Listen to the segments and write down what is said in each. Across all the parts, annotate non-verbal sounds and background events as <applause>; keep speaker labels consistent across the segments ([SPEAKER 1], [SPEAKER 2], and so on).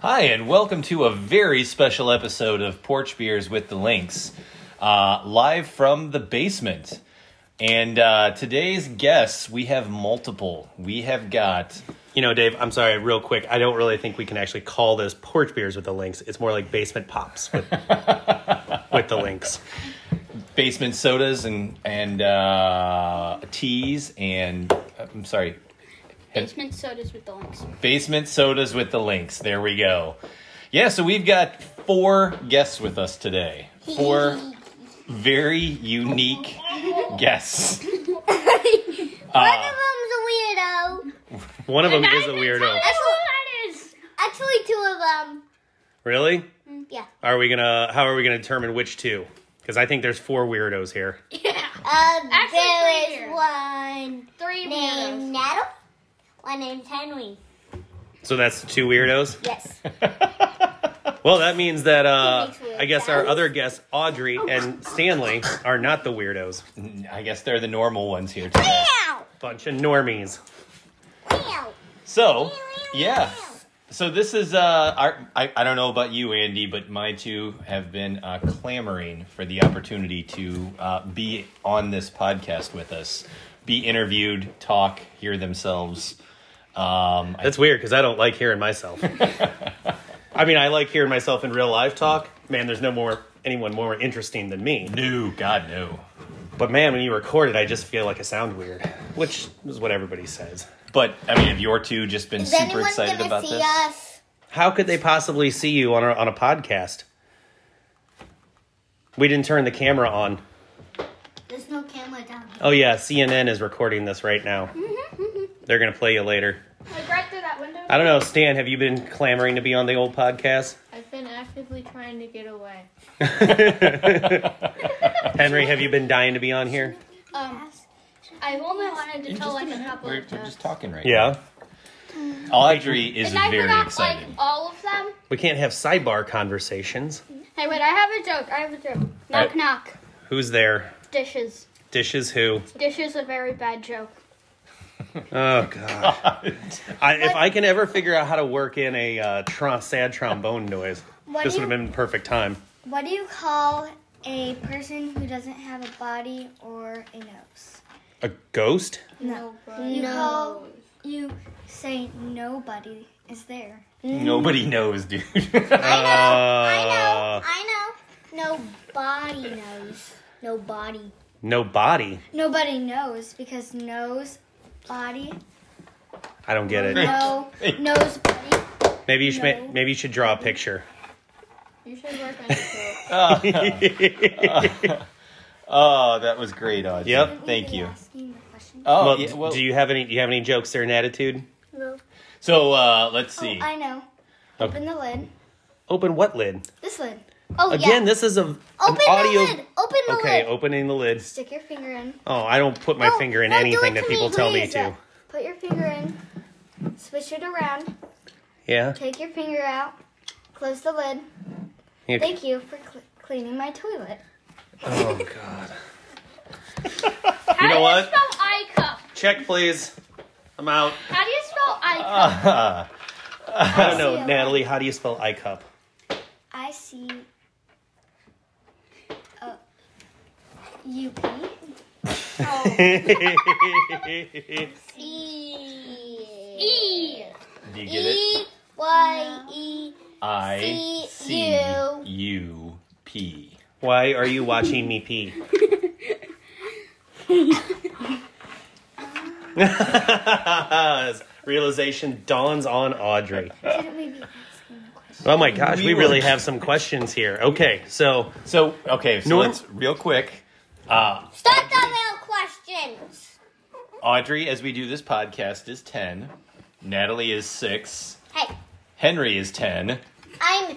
[SPEAKER 1] Hi, and welcome to a very special episode of Porch Beers with the Links, uh, live from the basement. And uh, today's guests, we have multiple. We have got
[SPEAKER 2] You know, Dave, I'm sorry, real quick. I don't really think we can actually call this porch beers with the links. It's more like basement pops with, with the links.
[SPEAKER 1] basement sodas and and uh, teas, and uh, I'm sorry,
[SPEAKER 3] Basement sodas with the links.
[SPEAKER 1] basement sodas with the links. There we go. Yeah, so we've got four guests with us today. Four very unique guests.
[SPEAKER 4] One of
[SPEAKER 1] Ah.
[SPEAKER 4] them's a weirdo.
[SPEAKER 2] One of them is a weirdo.
[SPEAKER 4] Actually, two of them.
[SPEAKER 2] Really?
[SPEAKER 4] Yeah.
[SPEAKER 2] Are we gonna? How are we gonna determine which two? Because I think there's four weirdos here.
[SPEAKER 4] Uh,
[SPEAKER 3] Actually,
[SPEAKER 4] there
[SPEAKER 3] three
[SPEAKER 4] is
[SPEAKER 3] here.
[SPEAKER 4] one
[SPEAKER 3] Three
[SPEAKER 4] named
[SPEAKER 3] weirdos.
[SPEAKER 4] Natalie, one named Henry.
[SPEAKER 2] So that's two weirdos.
[SPEAKER 1] <laughs>
[SPEAKER 4] Yes.
[SPEAKER 2] Well, that means that uh,
[SPEAKER 4] He makes weird
[SPEAKER 2] I guess our
[SPEAKER 4] sounds. Oh.
[SPEAKER 2] other guests, Audrey and Stanley, are not the weirdos.
[SPEAKER 1] I guess they're the normal ones here today.
[SPEAKER 4] Meow.
[SPEAKER 2] Bunch of normies.
[SPEAKER 4] Meow.
[SPEAKER 1] So, yeah. So this is uh, our, I I don't know about you, Andy, but my two have been uh, clamoring for the opportunity to uh, be on this podcast with us, be interviewed, talk, hear themselves. Um, I,
[SPEAKER 2] That's weird because I don't like hearing myself. I mean, I like hearing myself in real life talk. Man, there's no more anyone more interesting than me.
[SPEAKER 1] no, God no.
[SPEAKER 2] But man, when you record it, I just feel like I sound weird, which is what everybody says.
[SPEAKER 1] But I mean, have your two just been
[SPEAKER 4] Is
[SPEAKER 1] super
[SPEAKER 4] anyone
[SPEAKER 1] excited
[SPEAKER 4] gonna
[SPEAKER 1] about
[SPEAKER 4] see
[SPEAKER 1] this?
[SPEAKER 4] us?
[SPEAKER 2] How could they possibly see you on a, on a podcast? We didn't turn the camera on.
[SPEAKER 4] There's no camera down.
[SPEAKER 2] Oh yeah, CNN is recording this right now.
[SPEAKER 4] Mm-hmm,
[SPEAKER 2] They're gonna play you later.
[SPEAKER 3] Like right through that window.
[SPEAKER 2] I don't know, Stan. Have you been clamoring to be on the old podcast?
[SPEAKER 3] I've been actively trying to get away.
[SPEAKER 2] <laughs> Henry, have you been dying to be on here?
[SPEAKER 3] Um, I've only wanted to
[SPEAKER 1] In
[SPEAKER 3] tell
[SPEAKER 1] just a
[SPEAKER 3] like a
[SPEAKER 1] minute,
[SPEAKER 3] couple
[SPEAKER 1] We're,
[SPEAKER 3] of
[SPEAKER 1] we're
[SPEAKER 3] jokes.
[SPEAKER 1] just talking right
[SPEAKER 2] Yeah.
[SPEAKER 1] now. Audrey is
[SPEAKER 3] and I
[SPEAKER 1] very
[SPEAKER 3] forgot
[SPEAKER 1] excited.
[SPEAKER 3] like all of them.
[SPEAKER 2] We can't have sidebar conversations.
[SPEAKER 3] Hey, wait! I have a joke. I have a joke. Knock
[SPEAKER 2] Alright.
[SPEAKER 3] knock.
[SPEAKER 2] Who's there?
[SPEAKER 3] Dishes.
[SPEAKER 2] Dishes who?
[SPEAKER 3] Dishes a very bad joke.
[SPEAKER 2] Oh <laughs> god. I, if I can ever figure out how to work in a uh, tr- sad trombone noise,
[SPEAKER 4] What
[SPEAKER 2] this
[SPEAKER 4] do
[SPEAKER 2] would have been the perfect time.
[SPEAKER 4] What do you call a person who doesn't have a body or a nose?
[SPEAKER 2] A ghost?
[SPEAKER 4] No. You call you say nobody is there.
[SPEAKER 1] Nobody knows, dude.
[SPEAKER 4] I know.
[SPEAKER 2] Uh,
[SPEAKER 4] I know. I know. Nobody knows. Nobody.
[SPEAKER 2] No body.
[SPEAKER 4] Nobody knows because nose, body,
[SPEAKER 2] I don't get it.
[SPEAKER 4] no,
[SPEAKER 1] Hey.
[SPEAKER 4] nose, body.
[SPEAKER 2] Maybe you should ma-
[SPEAKER 4] No.
[SPEAKER 2] maybe you should draw a picture. <laughs>
[SPEAKER 3] You should work <laughs> on it.
[SPEAKER 1] <laughs> oh, that was great, Audrey.
[SPEAKER 2] Yep.
[SPEAKER 1] Thank you.
[SPEAKER 4] Asking the question.
[SPEAKER 1] Oh,
[SPEAKER 2] well,
[SPEAKER 1] yeah, well-
[SPEAKER 2] do you have any do you have any jokes there in attitude?
[SPEAKER 1] so uh, let's see.
[SPEAKER 4] Oh, I know.
[SPEAKER 2] Okay.
[SPEAKER 4] Open the lid.
[SPEAKER 2] Open what lid?
[SPEAKER 4] This lid. Oh
[SPEAKER 2] Again,
[SPEAKER 4] yeah.
[SPEAKER 2] this is a an
[SPEAKER 4] Open
[SPEAKER 2] audio
[SPEAKER 4] the lid. Open the
[SPEAKER 2] Okay,
[SPEAKER 4] lid.
[SPEAKER 2] opening the lid.
[SPEAKER 4] Stick your finger in.
[SPEAKER 2] Oh, I don't put my
[SPEAKER 4] No,
[SPEAKER 2] finger in
[SPEAKER 4] no, do
[SPEAKER 2] anything
[SPEAKER 4] it
[SPEAKER 2] that
[SPEAKER 4] to
[SPEAKER 2] people tell me
[SPEAKER 4] please.
[SPEAKER 2] to.
[SPEAKER 4] Put your finger in. Swish it around.
[SPEAKER 2] Yeah.
[SPEAKER 4] Take your finger out. Close the lid.
[SPEAKER 2] You-
[SPEAKER 4] Thank you for cl- cleaning my toilet.
[SPEAKER 2] Oh god.
[SPEAKER 3] How do
[SPEAKER 2] know what?
[SPEAKER 3] you spell I cup?
[SPEAKER 2] Check please. I'm out.
[SPEAKER 3] How do you spell I cup?
[SPEAKER 1] Uh-huh.
[SPEAKER 2] I don't know,
[SPEAKER 4] Yeah.
[SPEAKER 2] Natalie. How do you spell I cup?
[SPEAKER 4] I see. Oh. U P.
[SPEAKER 2] Oh,
[SPEAKER 4] <laughs> E.
[SPEAKER 3] E.
[SPEAKER 1] <laughs> Do you get it?
[SPEAKER 4] E Y E.
[SPEAKER 1] I C
[SPEAKER 4] C
[SPEAKER 1] U P.
[SPEAKER 2] <laughs> Why are you watching me pee? <laughs> Realization dawns on Audrey.
[SPEAKER 4] Shouldn't we be asking the question?
[SPEAKER 2] Oh my gosh, we
[SPEAKER 1] We were-
[SPEAKER 2] really have some questions here. Okay, so
[SPEAKER 1] So okay, so
[SPEAKER 2] No.
[SPEAKER 1] let's real quick. Uh,
[SPEAKER 4] Stop talking about questions.
[SPEAKER 1] Audrey, as we do this podcast, is ten. Natalie is six.
[SPEAKER 4] Hey,
[SPEAKER 1] Henry is ten,
[SPEAKER 4] I'm.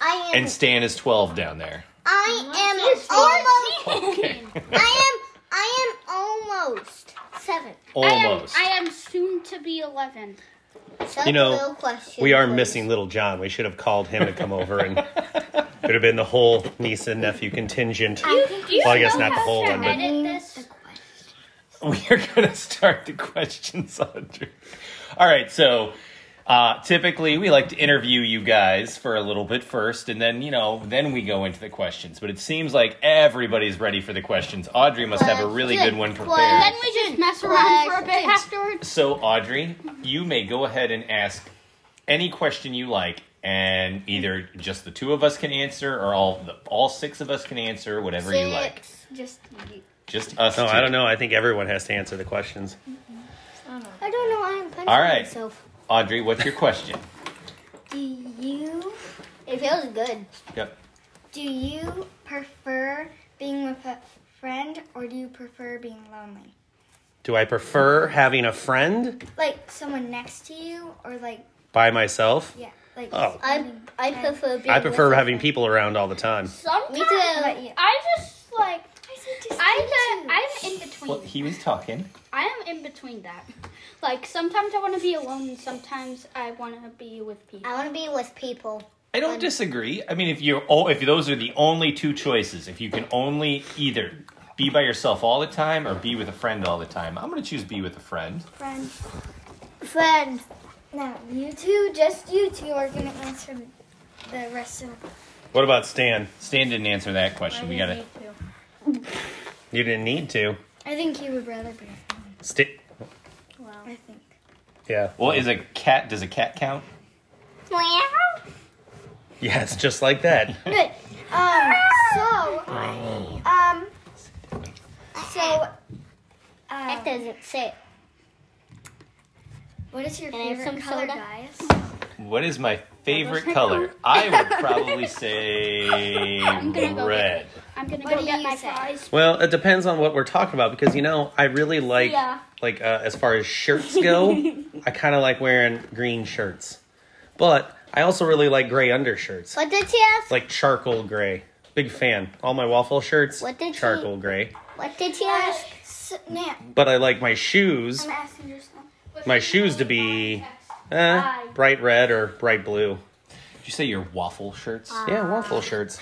[SPEAKER 4] I am.
[SPEAKER 1] and Stan is twelve down there.
[SPEAKER 4] I am almost.
[SPEAKER 1] Okay,
[SPEAKER 4] I am. I am almost seven.
[SPEAKER 1] <laughs>
[SPEAKER 2] Uh,
[SPEAKER 1] almost.
[SPEAKER 3] I am, I am soon to be 11.
[SPEAKER 4] Shut
[SPEAKER 2] You know,
[SPEAKER 4] the little question,
[SPEAKER 2] we are
[SPEAKER 4] please.
[SPEAKER 2] missing Little John. We should have called him to come over,
[SPEAKER 4] <laughs>
[SPEAKER 2] and it'd have been the whole niece and nephew contingent.
[SPEAKER 3] You
[SPEAKER 2] Well, I guess
[SPEAKER 3] know
[SPEAKER 2] not the
[SPEAKER 3] how
[SPEAKER 2] whole
[SPEAKER 3] to
[SPEAKER 2] one, but-
[SPEAKER 3] edit this.
[SPEAKER 1] we are gonna start the questions, Audrey. All right, so Uh, typically, we like to interview you guys for a little bit first, and then you know, then we go into the questions. But it seems like everybody's ready for the questions. Audrey must have a really good one
[SPEAKER 3] And
[SPEAKER 1] prepared.
[SPEAKER 3] then we just mess around for a bit
[SPEAKER 4] Questions.
[SPEAKER 3] afterwards.
[SPEAKER 1] So, Audrey, you may go ahead and ask any question you like, and either just the two of us can answer, or all the, all six of us can answer, whatever you like.
[SPEAKER 4] Six. Just you.
[SPEAKER 1] Just us.
[SPEAKER 2] No,
[SPEAKER 1] two.
[SPEAKER 2] Oh, I don't know. I think everyone has to answer the questions.
[SPEAKER 4] I don't know why I'm punching
[SPEAKER 1] All right.
[SPEAKER 4] myself.
[SPEAKER 1] Audrey, what's your question?
[SPEAKER 4] Do you
[SPEAKER 5] It feels good.
[SPEAKER 1] Yep.
[SPEAKER 4] do you prefer being with a friend or do you prefer being lonely?
[SPEAKER 2] Do I prefer having a friend
[SPEAKER 4] Like someone next to you or like
[SPEAKER 2] by myself?
[SPEAKER 4] yeah, like
[SPEAKER 2] Oh.
[SPEAKER 5] I I prefer being.
[SPEAKER 2] I prefer
[SPEAKER 5] with a
[SPEAKER 2] having
[SPEAKER 5] friend.
[SPEAKER 2] people around all the time.
[SPEAKER 3] Sometimes
[SPEAKER 5] Me too.
[SPEAKER 4] but yeah.
[SPEAKER 3] I just like
[SPEAKER 4] I said just
[SPEAKER 3] I'm
[SPEAKER 4] you.
[SPEAKER 3] I'm in between.
[SPEAKER 1] Well, he was talking.
[SPEAKER 3] I am in between that. Like sometimes I want to be alone, and sometimes I want to be with people.
[SPEAKER 5] I want to be with people.
[SPEAKER 1] I don't disagree. I mean, if you're oh, if those are the only two choices, if you can only either be by yourself all the time or be with a friend all the time, I'm gonna choose be with a friend.
[SPEAKER 4] friend.
[SPEAKER 5] Friend.
[SPEAKER 4] Now you two, just you two are gonna answer the rest of
[SPEAKER 2] What about Stan?
[SPEAKER 1] Stan didn't answer that question. We gotta.
[SPEAKER 2] You didn't need to.
[SPEAKER 4] I think he would rather be a friend.
[SPEAKER 2] St-
[SPEAKER 4] I think.
[SPEAKER 2] yeah.
[SPEAKER 1] Well, is a cat? Does a cat count?
[SPEAKER 5] Meow.
[SPEAKER 2] Yeah, it's just like
[SPEAKER 4] <laughs>
[SPEAKER 2] that.
[SPEAKER 4] Good. Um, so, um, so,
[SPEAKER 5] That
[SPEAKER 4] um,
[SPEAKER 5] doesn't sit.
[SPEAKER 4] what is your
[SPEAKER 5] Can I have some
[SPEAKER 4] favorite color,
[SPEAKER 5] soda?
[SPEAKER 4] guys?
[SPEAKER 1] What is my favorite color? I would probably say
[SPEAKER 3] I'm gonna go
[SPEAKER 1] red.
[SPEAKER 3] I'm gonna
[SPEAKER 4] What
[SPEAKER 3] go
[SPEAKER 4] do
[SPEAKER 3] get
[SPEAKER 4] you
[SPEAKER 3] my
[SPEAKER 4] say?
[SPEAKER 3] prize.
[SPEAKER 2] Well, it depends on what we're talking about because you know I really like
[SPEAKER 3] Yeah.
[SPEAKER 2] like uh, as far as shirts
[SPEAKER 4] <laughs>
[SPEAKER 2] go, I kind of like wearing green shirts, but I also really like gray undershirts,
[SPEAKER 5] What did she ask?
[SPEAKER 2] like charcoal gray. Big fan. All my waffle shirts,
[SPEAKER 5] What did she-
[SPEAKER 2] charcoal gray.
[SPEAKER 5] What did she ask?
[SPEAKER 4] So, Nat,
[SPEAKER 2] But I like my shoes,
[SPEAKER 4] I'm asking you something.
[SPEAKER 2] my shoes to be eh, bright red or bright blue.
[SPEAKER 1] Did you say your waffle shirts?
[SPEAKER 2] Yeah, waffle shirts.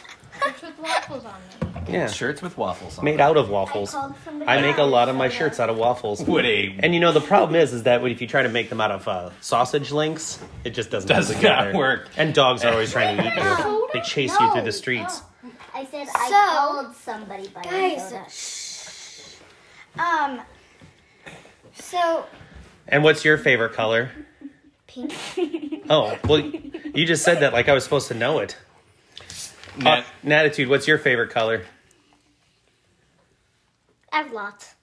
[SPEAKER 6] with waffles on them.
[SPEAKER 2] Yeah,
[SPEAKER 1] Shirts with waffles on.
[SPEAKER 2] made out of waffles.
[SPEAKER 4] Called somebody
[SPEAKER 2] I make a
[SPEAKER 4] else.
[SPEAKER 2] lot of my shirts out of waffles.
[SPEAKER 1] Would a
[SPEAKER 2] And you know the problem is, is that when if you try to make them out of uh, sausage links, it just doesn't go
[SPEAKER 1] Does not
[SPEAKER 2] together.
[SPEAKER 1] work.
[SPEAKER 2] And dogs are always trying to eat you. They chase you through
[SPEAKER 5] No.
[SPEAKER 2] the streets.
[SPEAKER 5] I said
[SPEAKER 4] So-
[SPEAKER 5] I called somebody by
[SPEAKER 4] Guys,
[SPEAKER 5] soda.
[SPEAKER 4] Um, so,
[SPEAKER 2] And what's your favorite color?
[SPEAKER 5] Pink.
[SPEAKER 2] Oh, well, you just said that like I was supposed to know it. Uh,
[SPEAKER 1] Nat,
[SPEAKER 2] Natitude, what's your favorite color?
[SPEAKER 5] I have lots.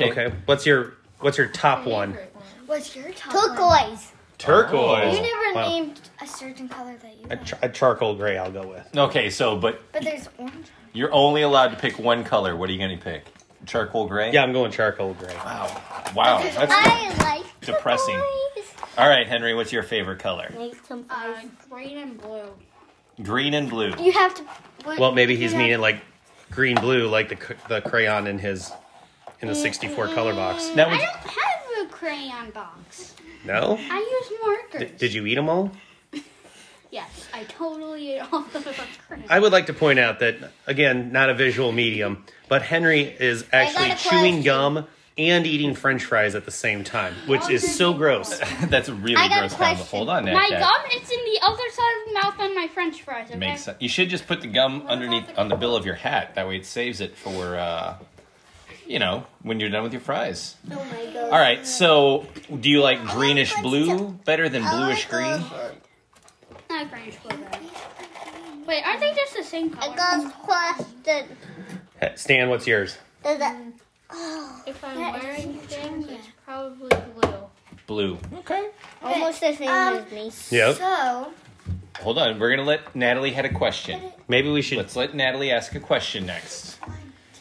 [SPEAKER 2] Okay. What's your what's your top one?
[SPEAKER 4] what's your top one?
[SPEAKER 5] Turquoise.
[SPEAKER 1] turquoise.
[SPEAKER 4] You never
[SPEAKER 2] Oh, Wow.
[SPEAKER 4] named a certain color that you
[SPEAKER 2] A,
[SPEAKER 4] like.
[SPEAKER 2] char- a charcoal gray, I'll go with.
[SPEAKER 1] Okay, so but
[SPEAKER 4] but there's orange.
[SPEAKER 1] you're only allowed to pick one color. What are you gonna pick? Charcoal gray.
[SPEAKER 2] Yeah, I'm going charcoal gray.
[SPEAKER 1] Wow. Wow. That's
[SPEAKER 5] I like
[SPEAKER 1] depressing.
[SPEAKER 5] turquoise.
[SPEAKER 1] All right, Henry, what's your favorite color?
[SPEAKER 5] Make some
[SPEAKER 6] Uh,
[SPEAKER 5] fries.
[SPEAKER 6] green and blue.
[SPEAKER 1] Green and blue.
[SPEAKER 4] You have to. what-
[SPEAKER 2] Well, maybe
[SPEAKER 4] you
[SPEAKER 2] he's
[SPEAKER 4] have-
[SPEAKER 2] meaning like green blue, like the c- the crayon in his
[SPEAKER 5] Mm-hmm.
[SPEAKER 2] in the 64 color box.
[SPEAKER 1] Now,
[SPEAKER 3] I
[SPEAKER 1] would,
[SPEAKER 3] don't have a crayon box.
[SPEAKER 2] No.
[SPEAKER 3] I use markers.
[SPEAKER 2] Did you eat them all?
[SPEAKER 3] Yes, I totally ate all of the crayons.
[SPEAKER 2] I would like to point out that, again, not a visual medium, but Henry is actually
[SPEAKER 5] got a question.
[SPEAKER 2] chewing gum and eating french fries at the same time, which is so gross.
[SPEAKER 1] <laughs> that's a really
[SPEAKER 5] I got a
[SPEAKER 1] gross combo.
[SPEAKER 5] question.
[SPEAKER 1] Hold on, Nat
[SPEAKER 3] my
[SPEAKER 1] Cat.
[SPEAKER 3] gum is in the other side of the mouth on my French fries. Okay.
[SPEAKER 1] Makes sense. You should just put the gum underneath on the bill of your hat. That way, it saves it for, uh, you know, when you're done with your fries.
[SPEAKER 5] Oh my god.
[SPEAKER 1] All right. So, do you like greenish blue better than bluish green?
[SPEAKER 3] Not French fries. Wait, aren't they just the same color?
[SPEAKER 5] I got question.
[SPEAKER 2] Stan, what's yours?
[SPEAKER 5] Does it
[SPEAKER 6] If I'm
[SPEAKER 4] That is
[SPEAKER 6] wearing
[SPEAKER 4] huge,
[SPEAKER 6] things,
[SPEAKER 4] yeah.
[SPEAKER 6] it's probably blue.
[SPEAKER 1] Blue. Okay.
[SPEAKER 5] almost the same
[SPEAKER 4] Um,
[SPEAKER 5] as me?
[SPEAKER 2] Yep.
[SPEAKER 4] So,
[SPEAKER 1] Hold on. We're gonna let Natalie had a question.
[SPEAKER 2] Maybe we should.
[SPEAKER 1] Let's let Natalie ask a question next.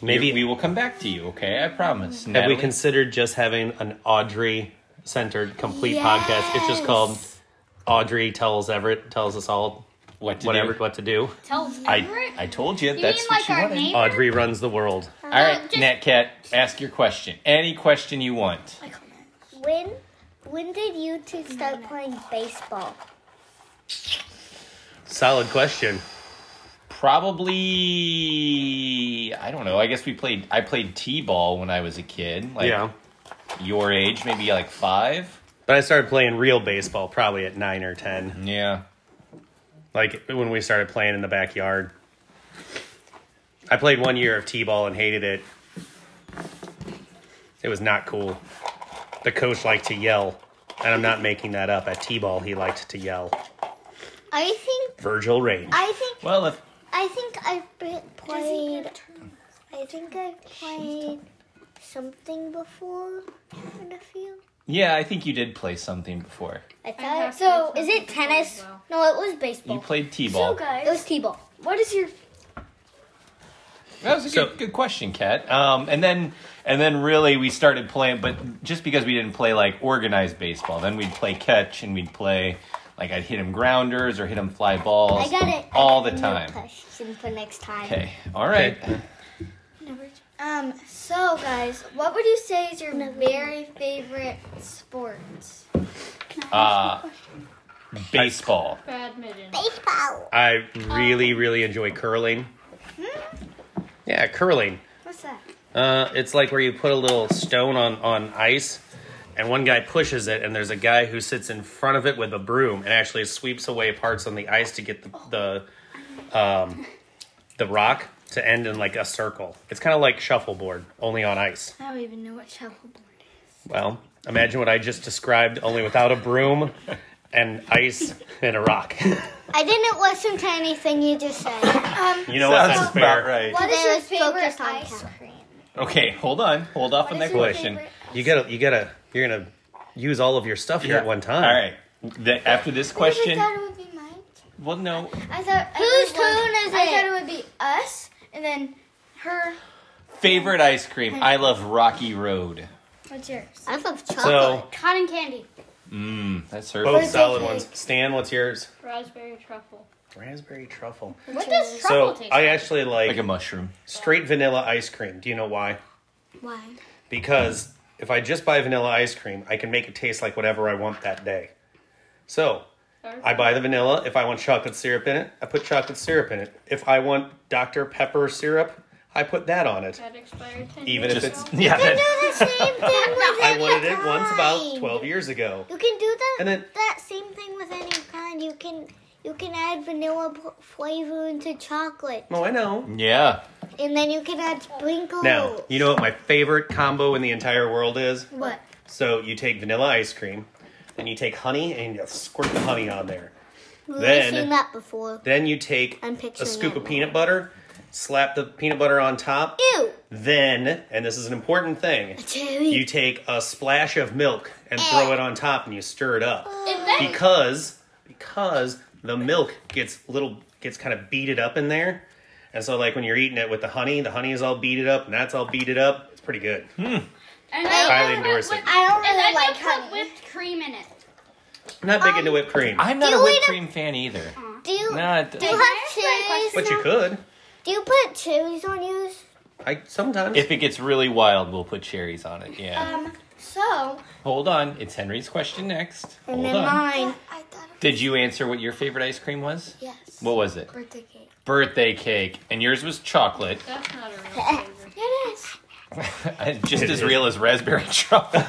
[SPEAKER 2] Maybe
[SPEAKER 1] we will come back to you. Okay, I promise.
[SPEAKER 2] have we
[SPEAKER 1] Natalie?
[SPEAKER 2] considered just having an Audrey centered complete podcast? It's just
[SPEAKER 4] Yes.
[SPEAKER 2] called Audrey tells Everett tells us all
[SPEAKER 1] what to
[SPEAKER 2] whatever
[SPEAKER 1] do?
[SPEAKER 2] what to do.
[SPEAKER 3] Tell
[SPEAKER 1] I I told you,
[SPEAKER 3] You
[SPEAKER 1] that's
[SPEAKER 3] mean
[SPEAKER 1] what
[SPEAKER 3] like
[SPEAKER 1] you
[SPEAKER 3] our
[SPEAKER 1] wanted.
[SPEAKER 3] name?
[SPEAKER 2] Audrey runs the world.
[SPEAKER 1] All right,
[SPEAKER 3] just-
[SPEAKER 1] Nat Cat, ask your question. Any question you want.
[SPEAKER 4] I comment.
[SPEAKER 5] When when did you two start playing baseball?
[SPEAKER 2] Solid question.
[SPEAKER 1] Probably, I don't know. I guess we played. I played t-ball when I was a kid, like
[SPEAKER 2] yeah.
[SPEAKER 1] your age, maybe like five.
[SPEAKER 2] But I started playing real baseball probably at nine or ten.
[SPEAKER 1] Yeah.
[SPEAKER 2] Like when we started playing in the backyard. I played one year of t-ball and hated it. It was not cool. The coach liked to yell, and I'm not making that up. At t-ball, he liked to yell.
[SPEAKER 5] I think
[SPEAKER 2] Virgil Range.
[SPEAKER 5] I think
[SPEAKER 1] Well, if
[SPEAKER 5] I think I p- played. I think I played something before on the field.
[SPEAKER 1] yeah, I think you did play something before.
[SPEAKER 5] I
[SPEAKER 6] I
[SPEAKER 5] thought
[SPEAKER 6] have
[SPEAKER 5] so.
[SPEAKER 6] played
[SPEAKER 5] Is it
[SPEAKER 6] something
[SPEAKER 5] tennis?
[SPEAKER 6] as well.
[SPEAKER 5] No, it was baseball.
[SPEAKER 1] You played
[SPEAKER 3] So
[SPEAKER 1] t-ball.
[SPEAKER 5] it
[SPEAKER 3] guys,
[SPEAKER 5] was t-ball.
[SPEAKER 3] what is your
[SPEAKER 1] That was a
[SPEAKER 2] So-
[SPEAKER 1] good, good question, Kat. Um, and then and then really we started playing, but just because we didn't play like organized baseball, then we'd play catch and we'd play like I'd hit him grounders or hit him fly balls.
[SPEAKER 5] I got it. I
[SPEAKER 1] all
[SPEAKER 5] got
[SPEAKER 1] the
[SPEAKER 5] a
[SPEAKER 1] time.
[SPEAKER 5] note Question for next time.
[SPEAKER 1] Okay, all right.
[SPEAKER 4] Um, so guys, what would you say is your very favorite sport?
[SPEAKER 1] Uh, baseball.
[SPEAKER 6] Badminton.
[SPEAKER 5] Baseball.
[SPEAKER 2] I really, really enjoy curling.
[SPEAKER 5] Hmm?
[SPEAKER 2] Yeah, curling.
[SPEAKER 4] What's that?
[SPEAKER 2] Uh, it's like where you put a little stone on, on ice, and one guy pushes it, and there's a guy who sits in front of it with a broom and actually sweeps away parts on the ice to get the the, um, the rock to end in like a circle. It's kind of like shuffleboard, only on ice.
[SPEAKER 4] I don't even know what shuffleboard is.
[SPEAKER 2] Well, imagine what I just described, only without a broom and ice and a rock.
[SPEAKER 5] I didn't listen to anything you just
[SPEAKER 4] <coughs>
[SPEAKER 5] said.
[SPEAKER 2] You know what? That's
[SPEAKER 1] Sounds
[SPEAKER 2] fair.
[SPEAKER 1] about right.
[SPEAKER 4] What is
[SPEAKER 5] Today I
[SPEAKER 4] your
[SPEAKER 5] was focused
[SPEAKER 4] favorite
[SPEAKER 5] on
[SPEAKER 4] ice
[SPEAKER 5] camera.
[SPEAKER 4] cream?
[SPEAKER 1] Okay, hold on. Hold off on that
[SPEAKER 4] is your
[SPEAKER 1] question.
[SPEAKER 4] favorite-
[SPEAKER 2] You gotta, you gotta, you're gonna use all of your stuff here at one time.
[SPEAKER 1] All right. The, after this question,
[SPEAKER 4] I thought it would be mine.
[SPEAKER 1] well, no,
[SPEAKER 4] I thought
[SPEAKER 5] Whose
[SPEAKER 4] I thought
[SPEAKER 5] turn is
[SPEAKER 4] I
[SPEAKER 5] it?
[SPEAKER 4] thought it would be us, and then her.
[SPEAKER 1] favorite ice cream. I love Rocky Road.
[SPEAKER 4] What's yours?
[SPEAKER 5] I love chocolate.
[SPEAKER 2] So
[SPEAKER 3] cotton candy?
[SPEAKER 1] Mmm, that's her.
[SPEAKER 2] both
[SPEAKER 1] favorite.
[SPEAKER 2] solid ones. Stan, what's yours?
[SPEAKER 6] Raspberry truffle.
[SPEAKER 2] Raspberry truffle.
[SPEAKER 3] What does
[SPEAKER 2] So
[SPEAKER 3] truffle taste
[SPEAKER 2] I
[SPEAKER 3] like?
[SPEAKER 2] actually like,
[SPEAKER 1] Like a mushroom.
[SPEAKER 2] straight vanilla ice cream. Do you know why?
[SPEAKER 5] Why?
[SPEAKER 2] Because if I just buy vanilla ice cream, I can make it taste like whatever I want that day. So I buy the vanilla. If I want chocolate syrup in it, I put chocolate syrup in it. If I want Dr. Pepper syrup, I put that on it.
[SPEAKER 6] That expired 10
[SPEAKER 2] Even
[SPEAKER 6] years
[SPEAKER 2] if
[SPEAKER 6] ago.
[SPEAKER 1] <laughs>
[SPEAKER 2] it's yeah, that-
[SPEAKER 5] Do the <laughs> same thing with
[SPEAKER 2] I
[SPEAKER 5] any
[SPEAKER 2] wanted it
[SPEAKER 5] kind.
[SPEAKER 2] once about twelve years ago.
[SPEAKER 5] You can do that.
[SPEAKER 2] And then-
[SPEAKER 5] that same thing with any kind. You can you can add vanilla p- flavor into chocolate,
[SPEAKER 2] No, Oh, I know.
[SPEAKER 1] Oh. Yeah.
[SPEAKER 5] and then you can add sprinkles.
[SPEAKER 2] Now, you know what my favorite combo in the entire world is?
[SPEAKER 4] What?
[SPEAKER 2] So you take vanilla ice cream, then you take honey and you squirt the honey on there. then-
[SPEAKER 5] seen that before.
[SPEAKER 2] Then you take
[SPEAKER 5] I'm
[SPEAKER 2] a
[SPEAKER 5] picturing
[SPEAKER 2] scoop
[SPEAKER 5] it
[SPEAKER 2] of peanut butter, slap the peanut butter on top.
[SPEAKER 5] Ew.
[SPEAKER 2] Then, and this is an important thing,
[SPEAKER 5] Cherry.
[SPEAKER 2] you take a splash of milk and throw it on top and you stir it up.
[SPEAKER 5] Oh.
[SPEAKER 6] If that
[SPEAKER 2] Because because the milk gets little gets kind of beaded up in there. And so like when you're eating it with the honey, the honey is all beaded up and that's all beaded up. It's pretty good.
[SPEAKER 5] Hmm.
[SPEAKER 3] And
[SPEAKER 2] Highly
[SPEAKER 3] I like
[SPEAKER 2] endorse it.
[SPEAKER 3] whipped-
[SPEAKER 5] I don't
[SPEAKER 3] And
[SPEAKER 5] really
[SPEAKER 3] I
[SPEAKER 5] like
[SPEAKER 3] like put
[SPEAKER 5] honey.
[SPEAKER 3] whipped cream in it.
[SPEAKER 2] I'm not
[SPEAKER 5] Um,
[SPEAKER 2] big into whipped cream.
[SPEAKER 1] I'm not
[SPEAKER 5] Do
[SPEAKER 1] a
[SPEAKER 5] you
[SPEAKER 1] whipped
[SPEAKER 5] eat a-
[SPEAKER 1] cream fan either.
[SPEAKER 5] Do you
[SPEAKER 1] No, it-
[SPEAKER 5] do you have cherries?
[SPEAKER 2] But you
[SPEAKER 5] now?
[SPEAKER 2] could.
[SPEAKER 5] Do you put cherries on yours?
[SPEAKER 2] I sometimes
[SPEAKER 1] If it gets really wild, we'll put cherries on it. Yeah.
[SPEAKER 4] Um. So
[SPEAKER 1] Hold on. It's Henry's question next.
[SPEAKER 5] And
[SPEAKER 1] Hold
[SPEAKER 5] then
[SPEAKER 1] on.
[SPEAKER 5] mine.
[SPEAKER 4] I thought
[SPEAKER 1] Did you answer what your favorite ice cream was?
[SPEAKER 5] Yes.
[SPEAKER 1] What was it?
[SPEAKER 4] birthday cake.
[SPEAKER 1] Birthday cake. And yours was chocolate.
[SPEAKER 6] that's not a
[SPEAKER 2] Mm.
[SPEAKER 6] real favorite.
[SPEAKER 4] It
[SPEAKER 1] <laughs>
[SPEAKER 4] is.
[SPEAKER 1] Just as real as raspberry <laughs> truffle.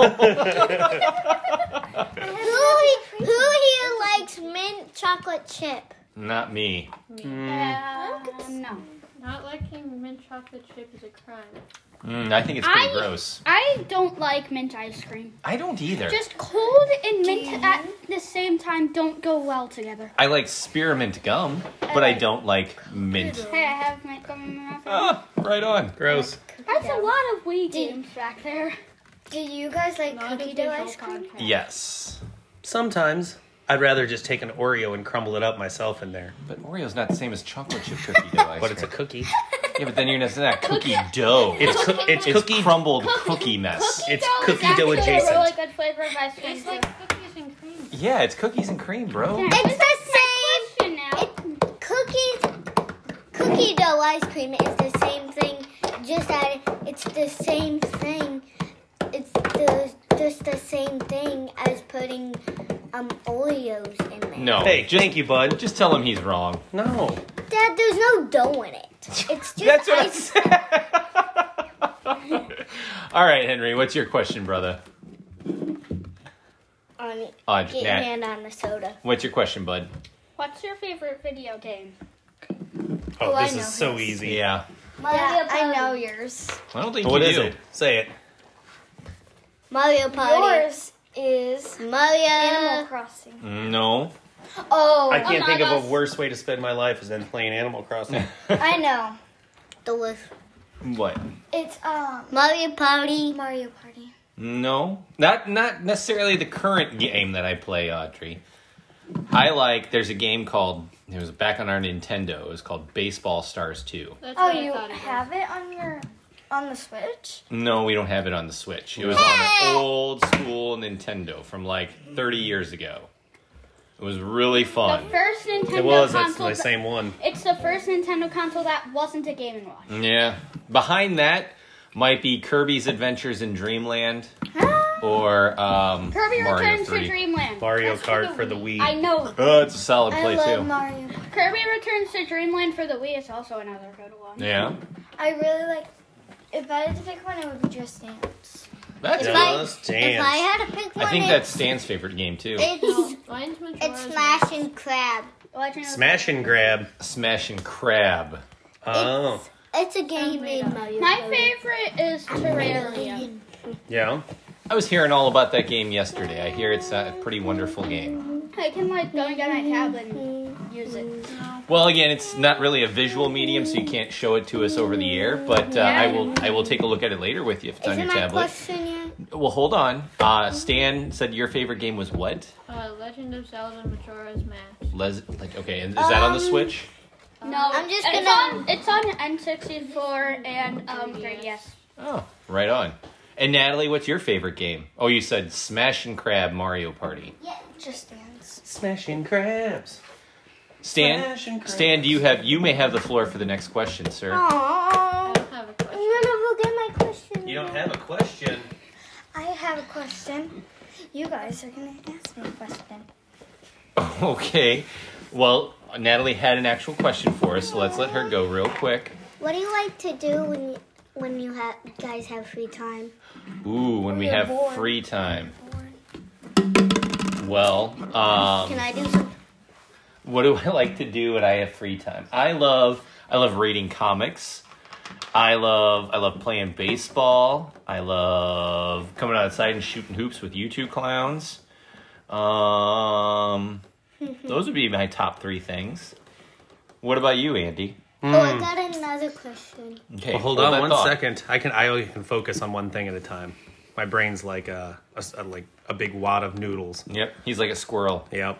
[SPEAKER 5] Who he- who here likes mint chocolate chip?
[SPEAKER 1] Not me.
[SPEAKER 3] Uh, no.
[SPEAKER 6] <laughs> Not liking mint chocolate chip is a crime.
[SPEAKER 1] Mm, I think it's pretty
[SPEAKER 3] I-
[SPEAKER 1] gross.
[SPEAKER 3] I don't like mint ice cream.
[SPEAKER 1] I don't either.
[SPEAKER 3] Just cold and mint at the same time don't go well together.
[SPEAKER 1] I like spearmint gum, but I don't like mint.
[SPEAKER 3] Hey, I have mint gum in my mouth.
[SPEAKER 1] Ah, right <laughs> on.
[SPEAKER 2] gross.
[SPEAKER 3] That's a lot of weed games back <laughs> there.
[SPEAKER 4] Do you guys like
[SPEAKER 6] Not
[SPEAKER 4] cookie
[SPEAKER 6] a
[SPEAKER 4] dough
[SPEAKER 6] visual
[SPEAKER 4] ice cream?
[SPEAKER 6] podcast.
[SPEAKER 1] Yes.
[SPEAKER 2] Sometimes I'd rather just take an Oreo and crumble it up myself in there.
[SPEAKER 1] But Oreo's not the same as chocolate chip cookie dough <laughs> ice
[SPEAKER 2] But it's a
[SPEAKER 1] cream.
[SPEAKER 2] <laughs> cookie.
[SPEAKER 1] yeah, but then you're not that cookie dough.
[SPEAKER 2] It's coo- it's
[SPEAKER 1] It's
[SPEAKER 2] cookie.
[SPEAKER 1] crumbled cookie mess.
[SPEAKER 2] It's
[SPEAKER 3] dough is
[SPEAKER 2] cookie dough
[SPEAKER 3] actually
[SPEAKER 2] adjacent.
[SPEAKER 3] A really good flavor of ice cream.
[SPEAKER 6] It's like cookies and cream.
[SPEAKER 1] Yeah, it's cookies and cream, bro.
[SPEAKER 3] It's
[SPEAKER 5] It's the same.
[SPEAKER 3] question now.
[SPEAKER 5] Cookies, cookie dough ice cream is the same thing. Just that it's the same thing. It's the, just the same thing as putting um Oreos in there.
[SPEAKER 1] No.
[SPEAKER 2] Hey,
[SPEAKER 1] just,
[SPEAKER 2] thank you, bud.
[SPEAKER 1] just tell him he's wrong.
[SPEAKER 2] No.
[SPEAKER 5] Dad, there's no dough in it.
[SPEAKER 1] <laughs>
[SPEAKER 5] It's just
[SPEAKER 1] That's what I
[SPEAKER 5] ice.
[SPEAKER 1] <laughs> said. All right, Henry, what's your question, brother?
[SPEAKER 5] on
[SPEAKER 1] Odd.
[SPEAKER 5] getting
[SPEAKER 1] Nat,
[SPEAKER 5] in on the soda.
[SPEAKER 1] what's your question, bud?
[SPEAKER 3] What's your favorite video game?
[SPEAKER 2] Oh,
[SPEAKER 4] Oh, I
[SPEAKER 2] this
[SPEAKER 4] know
[SPEAKER 2] is so
[SPEAKER 4] his.
[SPEAKER 2] easy.
[SPEAKER 1] Yeah.
[SPEAKER 5] Mario
[SPEAKER 4] Yeah, I
[SPEAKER 5] Party.
[SPEAKER 3] Um,
[SPEAKER 4] know yours.
[SPEAKER 1] I don't think
[SPEAKER 2] What
[SPEAKER 1] you
[SPEAKER 2] is
[SPEAKER 1] do.
[SPEAKER 2] it? Say it.
[SPEAKER 5] Mario Party.
[SPEAKER 4] Yours is
[SPEAKER 5] Mario.
[SPEAKER 3] Uh,
[SPEAKER 4] Animal Crossing.
[SPEAKER 3] <laughs>
[SPEAKER 1] No.
[SPEAKER 4] Oh,
[SPEAKER 2] I can't think
[SPEAKER 3] Among
[SPEAKER 2] of a
[SPEAKER 3] Us.
[SPEAKER 2] worse way to spend my life is than playing Animal
[SPEAKER 1] <laughs>
[SPEAKER 2] Crossing.
[SPEAKER 4] I know.
[SPEAKER 5] The list.
[SPEAKER 1] What?
[SPEAKER 4] It's um
[SPEAKER 5] Mario Party.
[SPEAKER 4] Mario Party.
[SPEAKER 1] No, not not necessarily the current game that I play, Audrey. I like. There's a game called. It was back on our Nintendo. It was called Baseball Stars Two.
[SPEAKER 6] That's
[SPEAKER 4] Oh,
[SPEAKER 6] what I
[SPEAKER 4] you
[SPEAKER 6] thought it was.
[SPEAKER 4] have it on your on the Switch?
[SPEAKER 1] No, we don't have it on the Switch. It was on an old school Nintendo from like 30 years ago. It was really
[SPEAKER 3] The
[SPEAKER 1] fun.
[SPEAKER 3] first Nintendo
[SPEAKER 2] it was. That's
[SPEAKER 3] console.
[SPEAKER 2] the same one.
[SPEAKER 3] that- it's the first Nintendo console that wasn't a Game and Watch.
[SPEAKER 1] Yeah. Behind that might be Kirby's Adventures in Dreamland or um,
[SPEAKER 3] Kirby
[SPEAKER 1] Mario
[SPEAKER 3] Returns
[SPEAKER 1] 3.
[SPEAKER 3] to Dreamland.
[SPEAKER 2] Mario
[SPEAKER 3] That's
[SPEAKER 2] Kart for the Wii.
[SPEAKER 1] <laughs>
[SPEAKER 3] I know.
[SPEAKER 1] Oh, it's a solid
[SPEAKER 4] I
[SPEAKER 1] play
[SPEAKER 4] love
[SPEAKER 1] too.
[SPEAKER 4] Mario.
[SPEAKER 3] Kirby Returns to Dreamland for the Wii is also another good one.
[SPEAKER 1] yeah.
[SPEAKER 4] I really like. If I had to pick one, it would be Just Dance.
[SPEAKER 1] That's.
[SPEAKER 5] If
[SPEAKER 1] I
[SPEAKER 5] I-
[SPEAKER 2] Just
[SPEAKER 5] If I
[SPEAKER 2] dance.
[SPEAKER 5] had to pick one,
[SPEAKER 1] think that's
[SPEAKER 5] it's,
[SPEAKER 1] Stan's favorite game too.
[SPEAKER 5] it's,
[SPEAKER 6] Mine's
[SPEAKER 5] it's
[SPEAKER 6] Majora's
[SPEAKER 5] Smash and Crab.
[SPEAKER 3] Legend of-
[SPEAKER 2] Smash and grab.
[SPEAKER 1] Smash and Crab.
[SPEAKER 2] Oh,
[SPEAKER 5] It's a game made Mario
[SPEAKER 3] My
[SPEAKER 5] Party.
[SPEAKER 3] favorite is Terraria.
[SPEAKER 2] yeah.
[SPEAKER 1] I was hearing all about that game yesterday. I hear it's a pretty wonderful game.
[SPEAKER 3] I can like go and get my tablet and use it.
[SPEAKER 1] Well, again, it's not really a visual medium, so you can't show it to us over the air. But uh, I will, I will take a look at it later with you if it's on
[SPEAKER 5] Isn't
[SPEAKER 1] your
[SPEAKER 5] my
[SPEAKER 1] tablet.
[SPEAKER 5] question yet?
[SPEAKER 1] Well, hold on. Uh, Stan said your favorite game was what?
[SPEAKER 6] Mask. Uh, Legend of Zelda Majora's
[SPEAKER 4] Oh,
[SPEAKER 6] Mask.
[SPEAKER 1] Les- like, okay, and is that on the
[SPEAKER 5] Um,
[SPEAKER 1] Switch?
[SPEAKER 3] No,
[SPEAKER 5] I'm just
[SPEAKER 3] it's
[SPEAKER 5] gonna-
[SPEAKER 3] on it's on N64 and um 3DS.
[SPEAKER 1] Oh, right on. And Natalie, what's your favorite game? Oh, you said Smash and Crab Mario Party.
[SPEAKER 4] Just Dance.
[SPEAKER 2] Smashing crabs.
[SPEAKER 1] Stan,
[SPEAKER 2] Smash and Crab.
[SPEAKER 1] Stan, do you have? You may have the floor for the next question, sir. <laughs>
[SPEAKER 6] I
[SPEAKER 5] Aww.
[SPEAKER 6] don't have a question.
[SPEAKER 5] I'm gonna forget my question.
[SPEAKER 2] You don't have a question.
[SPEAKER 4] I have a question. You guys are gonna ask me a question.
[SPEAKER 1] Okay. Well, Natalie had an actual question for us, so let's let her go real quick.
[SPEAKER 5] What do you like to do when you, when you ha- guys have free time?
[SPEAKER 1] Ooh, when we
[SPEAKER 4] We're
[SPEAKER 1] have
[SPEAKER 4] bored.
[SPEAKER 1] free time. Well, um,
[SPEAKER 5] Can I do some?
[SPEAKER 1] what do I <laughs> like to do when I have free time? I love I love reading comics. I love I love playing baseball. I love coming outside and shooting hoops with you two clowns. Um, <laughs> those would be my top three things. What about you, Andy?
[SPEAKER 2] hmm.
[SPEAKER 5] Oh, I got another question.
[SPEAKER 1] Okay,
[SPEAKER 2] Well, hold on
[SPEAKER 1] that
[SPEAKER 2] one second.
[SPEAKER 1] thought.
[SPEAKER 2] I can I only can focus on one thing at a time. My brain's like a, a s- a- like a big wad of noodles.
[SPEAKER 1] Yep, he's like a squirrel.
[SPEAKER 2] Yep.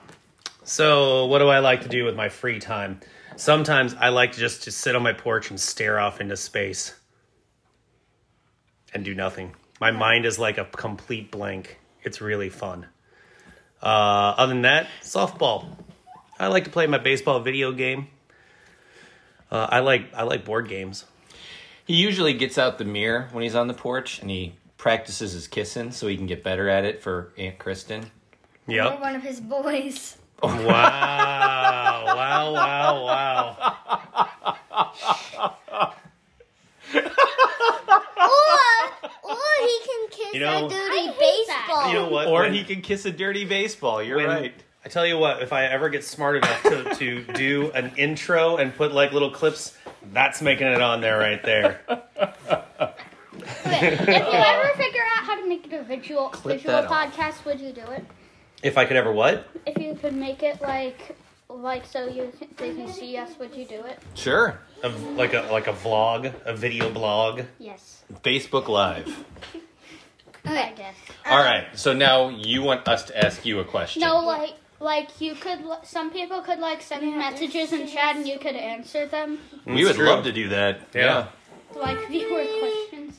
[SPEAKER 2] So what do I like to do with my free time? Sometimes I like to just to sit on my porch and stare off into space and do nothing. My mind is like a complete blank. It's really fun. Uh, other than that, softball. I like to play my baseball video game. Uh, I like I like board games.
[SPEAKER 1] He usually gets out the mirror when he's on the porch and he practices his kissing so he can get better at it for Aunt Kristen.
[SPEAKER 4] Or
[SPEAKER 2] Yep.
[SPEAKER 4] one of his boys.
[SPEAKER 2] wow! Wow! Wow! Wow!
[SPEAKER 5] Or, or he can kiss
[SPEAKER 2] You know-
[SPEAKER 5] a dirty
[SPEAKER 3] I hate that.
[SPEAKER 5] baseball.
[SPEAKER 2] You know what?
[SPEAKER 1] Or
[SPEAKER 2] When-
[SPEAKER 1] he can kiss a dirty baseball. You're
[SPEAKER 2] When-
[SPEAKER 1] right.
[SPEAKER 2] I tell you what, if I ever get smart enough to, to do an intro and put like little clips, that's making it on there right there.
[SPEAKER 1] <laughs>
[SPEAKER 3] Okay, if you ever figure out how to make it a visual
[SPEAKER 1] Clip
[SPEAKER 3] visual
[SPEAKER 1] that off.
[SPEAKER 3] podcast, would you do it?
[SPEAKER 2] If I could ever what?
[SPEAKER 3] If you could make it like like so you they can see us, would you do it?
[SPEAKER 1] Sure.
[SPEAKER 2] A, like a like a vlog, a video blog.
[SPEAKER 3] Yes.
[SPEAKER 1] Facebook Live.
[SPEAKER 3] I guess.
[SPEAKER 1] All right. So now you want us to ask you a question.
[SPEAKER 3] No, like like you could. li- Some people could like send messages in chat, and you could answer them,
[SPEAKER 1] we would
[SPEAKER 2] It's true.
[SPEAKER 1] love to do that.
[SPEAKER 2] Yeah.
[SPEAKER 3] like viewer questions.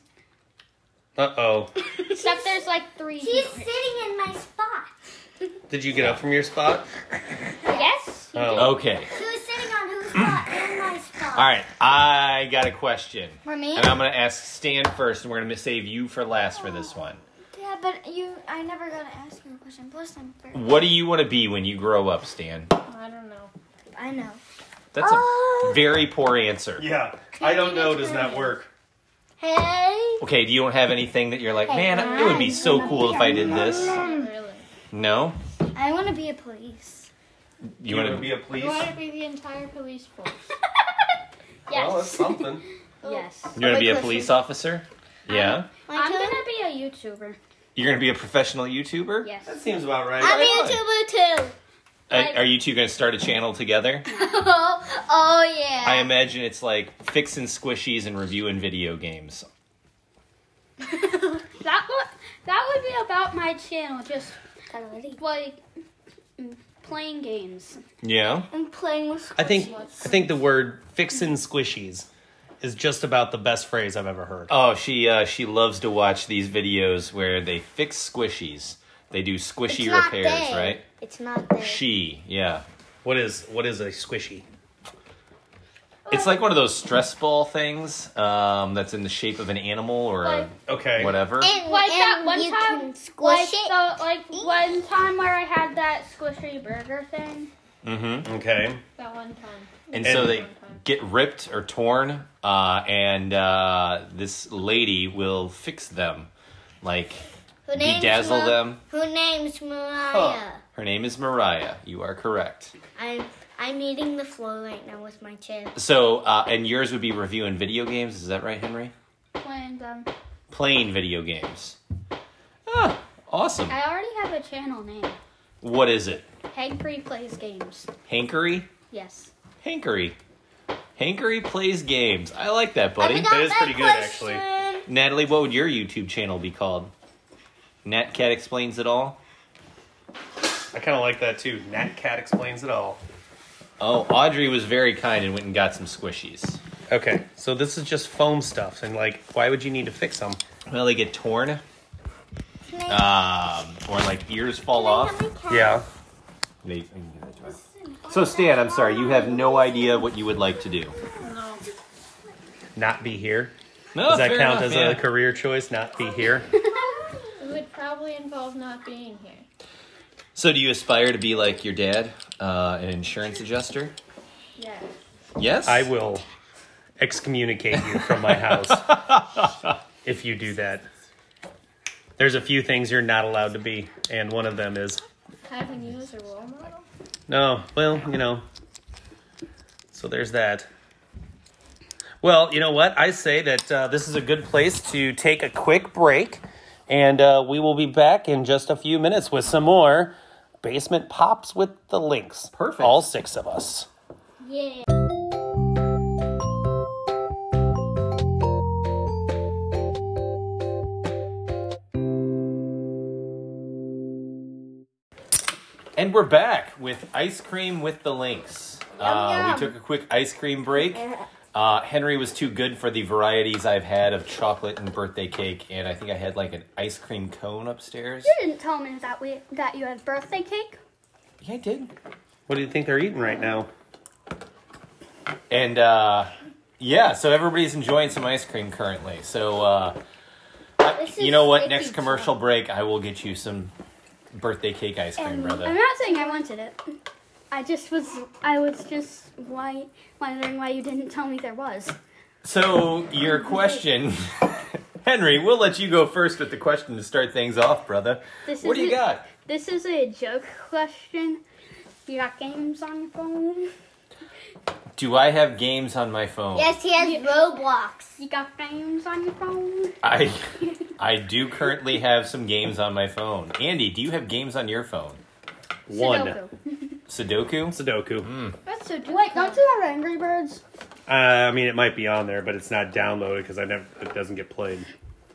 [SPEAKER 2] Uh oh.
[SPEAKER 3] Except there's like three.
[SPEAKER 5] He's
[SPEAKER 3] viewer-
[SPEAKER 5] sitting in my spot.
[SPEAKER 2] Did you get up from your spot?
[SPEAKER 3] Yes.
[SPEAKER 1] Yeah.
[SPEAKER 2] Oh.
[SPEAKER 1] Okay.
[SPEAKER 5] He was sitting on whose spot? in my spot.
[SPEAKER 1] Mm. All right. I got a question.
[SPEAKER 4] For me?
[SPEAKER 1] And um, I'm going to ask Stan first, and we're going to save you for last for this one.
[SPEAKER 4] Yeah, but you. I never got to ask you a question. Plus, I'm first.
[SPEAKER 1] What do you want to be when you grow up, Stan?
[SPEAKER 6] I don't know.
[SPEAKER 4] I know.
[SPEAKER 1] That's
[SPEAKER 4] Um,
[SPEAKER 5] Oh,
[SPEAKER 1] a very poor answer.
[SPEAKER 2] Yeah. I don't know does not work.
[SPEAKER 5] Hey.
[SPEAKER 4] Hmm.
[SPEAKER 1] Okay, do you don't have anything that you're like, man, it would be so cool if I did this?
[SPEAKER 6] Not really.
[SPEAKER 1] No?
[SPEAKER 4] I want to be a police.
[SPEAKER 1] You want to
[SPEAKER 2] be a police?
[SPEAKER 6] You want to be the entire police force.
[SPEAKER 2] Well, that's something.
[SPEAKER 5] Oh.
[SPEAKER 3] Yes.
[SPEAKER 1] You want
[SPEAKER 4] my
[SPEAKER 1] to be a
[SPEAKER 4] question.
[SPEAKER 1] police officer? Yeah.
[SPEAKER 3] I'm gonna be a YouTuber.
[SPEAKER 1] You're going to be a professional YouTuber?
[SPEAKER 3] Yes.
[SPEAKER 2] That seems about right.
[SPEAKER 5] I'm a
[SPEAKER 1] Right on.
[SPEAKER 5] YouTuber too.
[SPEAKER 1] Are, are you two going to start a channel together?
[SPEAKER 5] oh, <laughs> oh yeah.
[SPEAKER 1] I imagine it's like fixing squishies and reviewing video games.
[SPEAKER 3] That would that would be about my channel, just like mm, playing games.
[SPEAKER 1] Yeah.
[SPEAKER 4] I'm playing with.
[SPEAKER 2] I think I think the word fixin' squishies is just about the best phrase I've ever heard.
[SPEAKER 1] Oh, she uh, she loves to watch these videos where they fix squishies. They do squishy
[SPEAKER 5] It's not
[SPEAKER 1] repairs,
[SPEAKER 5] they.
[SPEAKER 1] right?
[SPEAKER 5] It's not there.
[SPEAKER 1] She, yeah.
[SPEAKER 2] What is what is a squishy?
[SPEAKER 1] It's like one of those stress ball things um, that's in the shape of an animal or a
[SPEAKER 2] Okay.
[SPEAKER 1] whatever.
[SPEAKER 5] And,
[SPEAKER 3] Like
[SPEAKER 5] and
[SPEAKER 3] that one
[SPEAKER 5] you
[SPEAKER 3] time,
[SPEAKER 5] can squish
[SPEAKER 3] Like
[SPEAKER 5] it.
[SPEAKER 3] the like one time where I had that squishy burger thing.
[SPEAKER 1] Mm-hmm.
[SPEAKER 2] Okay.
[SPEAKER 6] That one time.
[SPEAKER 1] And so
[SPEAKER 2] And-
[SPEAKER 1] they get ripped or torn, uh, and uh, this lady will fix them, like
[SPEAKER 5] Who names
[SPEAKER 1] bedazzle
[SPEAKER 5] Mar-
[SPEAKER 1] them.
[SPEAKER 5] Who names Mariah?
[SPEAKER 1] Her name is Mariah. You are correct.
[SPEAKER 5] I'm I'm eating the floor right now with my chip.
[SPEAKER 1] So, uh, and yours would be reviewing video games. Is that right, Henry?
[SPEAKER 3] Playing um, them.
[SPEAKER 1] Playing video games. Ah, awesome.
[SPEAKER 3] I already have a channel name.
[SPEAKER 1] What is it?
[SPEAKER 3] Hank Free plays games.
[SPEAKER 1] Hankery?
[SPEAKER 3] Yes.
[SPEAKER 1] Hankery. Hankery plays games. I like that, buddy.
[SPEAKER 5] I forgot
[SPEAKER 2] is
[SPEAKER 5] my
[SPEAKER 2] pretty good, actually.
[SPEAKER 5] question.
[SPEAKER 1] Natalie, what would your YouTube channel be called? Nat Cat explains it all.
[SPEAKER 2] I kind of like that too. Nat Cat explains it all.
[SPEAKER 1] Oh, Audrey was very kind and went and got some squishies.
[SPEAKER 2] Okay. So this is just foam stuff, and like, why would you need to fix them?
[SPEAKER 1] Well, they get torn, um,
[SPEAKER 5] Can I,
[SPEAKER 1] or like ears fall
[SPEAKER 5] can I
[SPEAKER 1] Uh, off.
[SPEAKER 5] have my cat?
[SPEAKER 2] Yeah.
[SPEAKER 1] They- I can do that to her. So Stan, I'm sorry, you have no idea what you would like to do.
[SPEAKER 6] No.
[SPEAKER 2] Not be here.
[SPEAKER 1] No,
[SPEAKER 2] Does that
[SPEAKER 1] fair
[SPEAKER 2] count
[SPEAKER 1] enough,
[SPEAKER 2] as a
[SPEAKER 1] yeah.
[SPEAKER 2] career choice? Not be here.
[SPEAKER 4] <laughs>
[SPEAKER 6] It would probably involve not being here.
[SPEAKER 1] So do you aspire to be like your dad, uh, an insurance adjuster?
[SPEAKER 6] Yes.
[SPEAKER 1] Yes,
[SPEAKER 2] I will excommunicate you from my <laughs> house if you do that. There's a few things you're not allowed to be, and one of them is
[SPEAKER 6] Having you as a role model?
[SPEAKER 2] No, well, you know. So there's that. Well, you know what? I say that uh, this is a good place to take a quick break, and uh, we will be back in just a few minutes with some more basement pops with the links.
[SPEAKER 1] Perfect.
[SPEAKER 2] All six of us.
[SPEAKER 5] Yeah.
[SPEAKER 1] And we're back with ice cream with the links. Uh,
[SPEAKER 5] Yum, yum.
[SPEAKER 1] we took a quick ice cream break. Uh, Henry was too good for the varieties I've had of chocolate and birthday cake, and I think I had like an ice cream cone upstairs.
[SPEAKER 3] You didn't tell me that we that you had birthday cake.
[SPEAKER 1] Yeah, I did.
[SPEAKER 2] What do you think they're eating right now?
[SPEAKER 1] And uh, yeah, so everybody's enjoying some ice cream currently. So uh, I-
[SPEAKER 5] This
[SPEAKER 1] you
[SPEAKER 5] is
[SPEAKER 1] know what?
[SPEAKER 5] sticky
[SPEAKER 1] Next commercial break, I will get you some birthday cake ice cream,
[SPEAKER 3] Um, I'm
[SPEAKER 1] brother.
[SPEAKER 3] not saying I wanted it. I just was I was just why wondering why you didn't tell me there was.
[SPEAKER 1] So your question, <laughs> Henry, we'll let you go first with the question to start things off, brother.
[SPEAKER 3] This
[SPEAKER 1] What do
[SPEAKER 3] is
[SPEAKER 1] you
[SPEAKER 3] a-
[SPEAKER 1] got?
[SPEAKER 3] This is a joke question. You got games on your phone?
[SPEAKER 1] Do I have games on my phone?
[SPEAKER 5] Yes, he has Roblox.
[SPEAKER 3] You got games on your phone?
[SPEAKER 1] I
[SPEAKER 3] <laughs>
[SPEAKER 1] I do currently have some games on my phone. Andy, do you have games on your phone?
[SPEAKER 2] One.
[SPEAKER 3] Sudoku.
[SPEAKER 1] Sudoku?
[SPEAKER 2] Sudoku.
[SPEAKER 3] That's so Wait, don't you have Angry Birds?
[SPEAKER 2] Mm. Uh, I mean, it might be on there, but it's not downloaded because I never. It doesn't get played.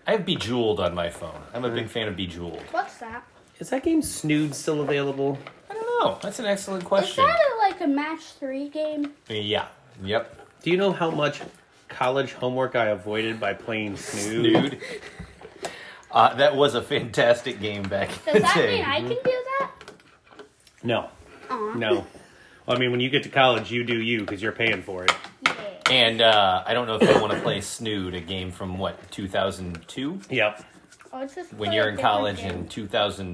[SPEAKER 1] I have Bejeweled on my phone. I'm a big fan of Bejeweled.
[SPEAKER 3] What's that?
[SPEAKER 2] Is that game Snood still available?
[SPEAKER 1] I don't know. That's an excellent
[SPEAKER 3] Is
[SPEAKER 1] question.
[SPEAKER 3] that a, like a match three game?
[SPEAKER 1] Yeah. Yep.
[SPEAKER 2] Do you know how much college homework I avoided by playing Snood?
[SPEAKER 3] <laughs>
[SPEAKER 1] Dude. Uh, that was a fantastic game back in the
[SPEAKER 3] Does that
[SPEAKER 1] day.
[SPEAKER 3] mean I can do that?
[SPEAKER 2] No,
[SPEAKER 3] Aw.
[SPEAKER 2] no. Well, I mean, when you get to college, you do you because you're paying for it.
[SPEAKER 1] and uh, I don't know if they want to play Snood, a game from what 2002
[SPEAKER 2] Yep.
[SPEAKER 3] Oh, it's just
[SPEAKER 1] when
[SPEAKER 3] play
[SPEAKER 1] you're
[SPEAKER 3] a
[SPEAKER 1] in
[SPEAKER 3] different
[SPEAKER 1] college
[SPEAKER 3] game.
[SPEAKER 1] in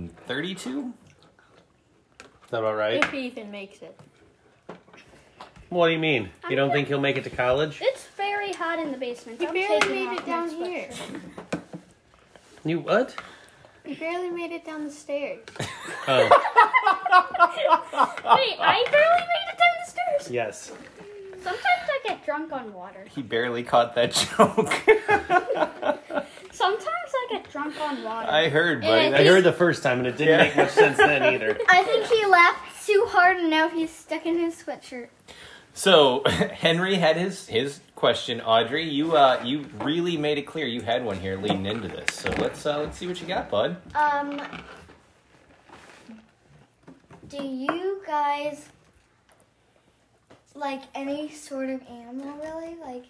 [SPEAKER 1] 2032.
[SPEAKER 2] Is that about right?
[SPEAKER 6] If he even makes it.
[SPEAKER 2] What do you mean? You don't think he'll make it to college?
[SPEAKER 3] It's very hot in the basement.
[SPEAKER 6] He
[SPEAKER 3] I'm
[SPEAKER 6] barely
[SPEAKER 3] taking
[SPEAKER 6] made
[SPEAKER 3] off
[SPEAKER 6] it
[SPEAKER 3] my
[SPEAKER 6] down
[SPEAKER 3] sweatshirt.
[SPEAKER 6] here.
[SPEAKER 2] You what?
[SPEAKER 6] You barely made it down
[SPEAKER 1] <laughs>
[SPEAKER 6] the stairs.
[SPEAKER 2] Oh,
[SPEAKER 3] Wait, I barely made it down the stairs.
[SPEAKER 2] yes.
[SPEAKER 3] Sometimes I get drunk on water.
[SPEAKER 1] He barely caught that <laughs> joke.
[SPEAKER 3] Sometimes I get drunk on water.
[SPEAKER 1] I heard, buddy.
[SPEAKER 4] And
[SPEAKER 2] I
[SPEAKER 1] That-
[SPEAKER 2] heard the first time and it didn't
[SPEAKER 1] Yeah.
[SPEAKER 2] make much sense then <laughs> either.
[SPEAKER 4] I think he laughed too hard and now he's stuck in his sweatshirt.
[SPEAKER 1] So <laughs> Henry had his his question. Audrey, you uh you really made it clear you had one here leading into this. So let's uh let's see what you got, bud.
[SPEAKER 4] Um, do you guys like any sort of animal really? Like,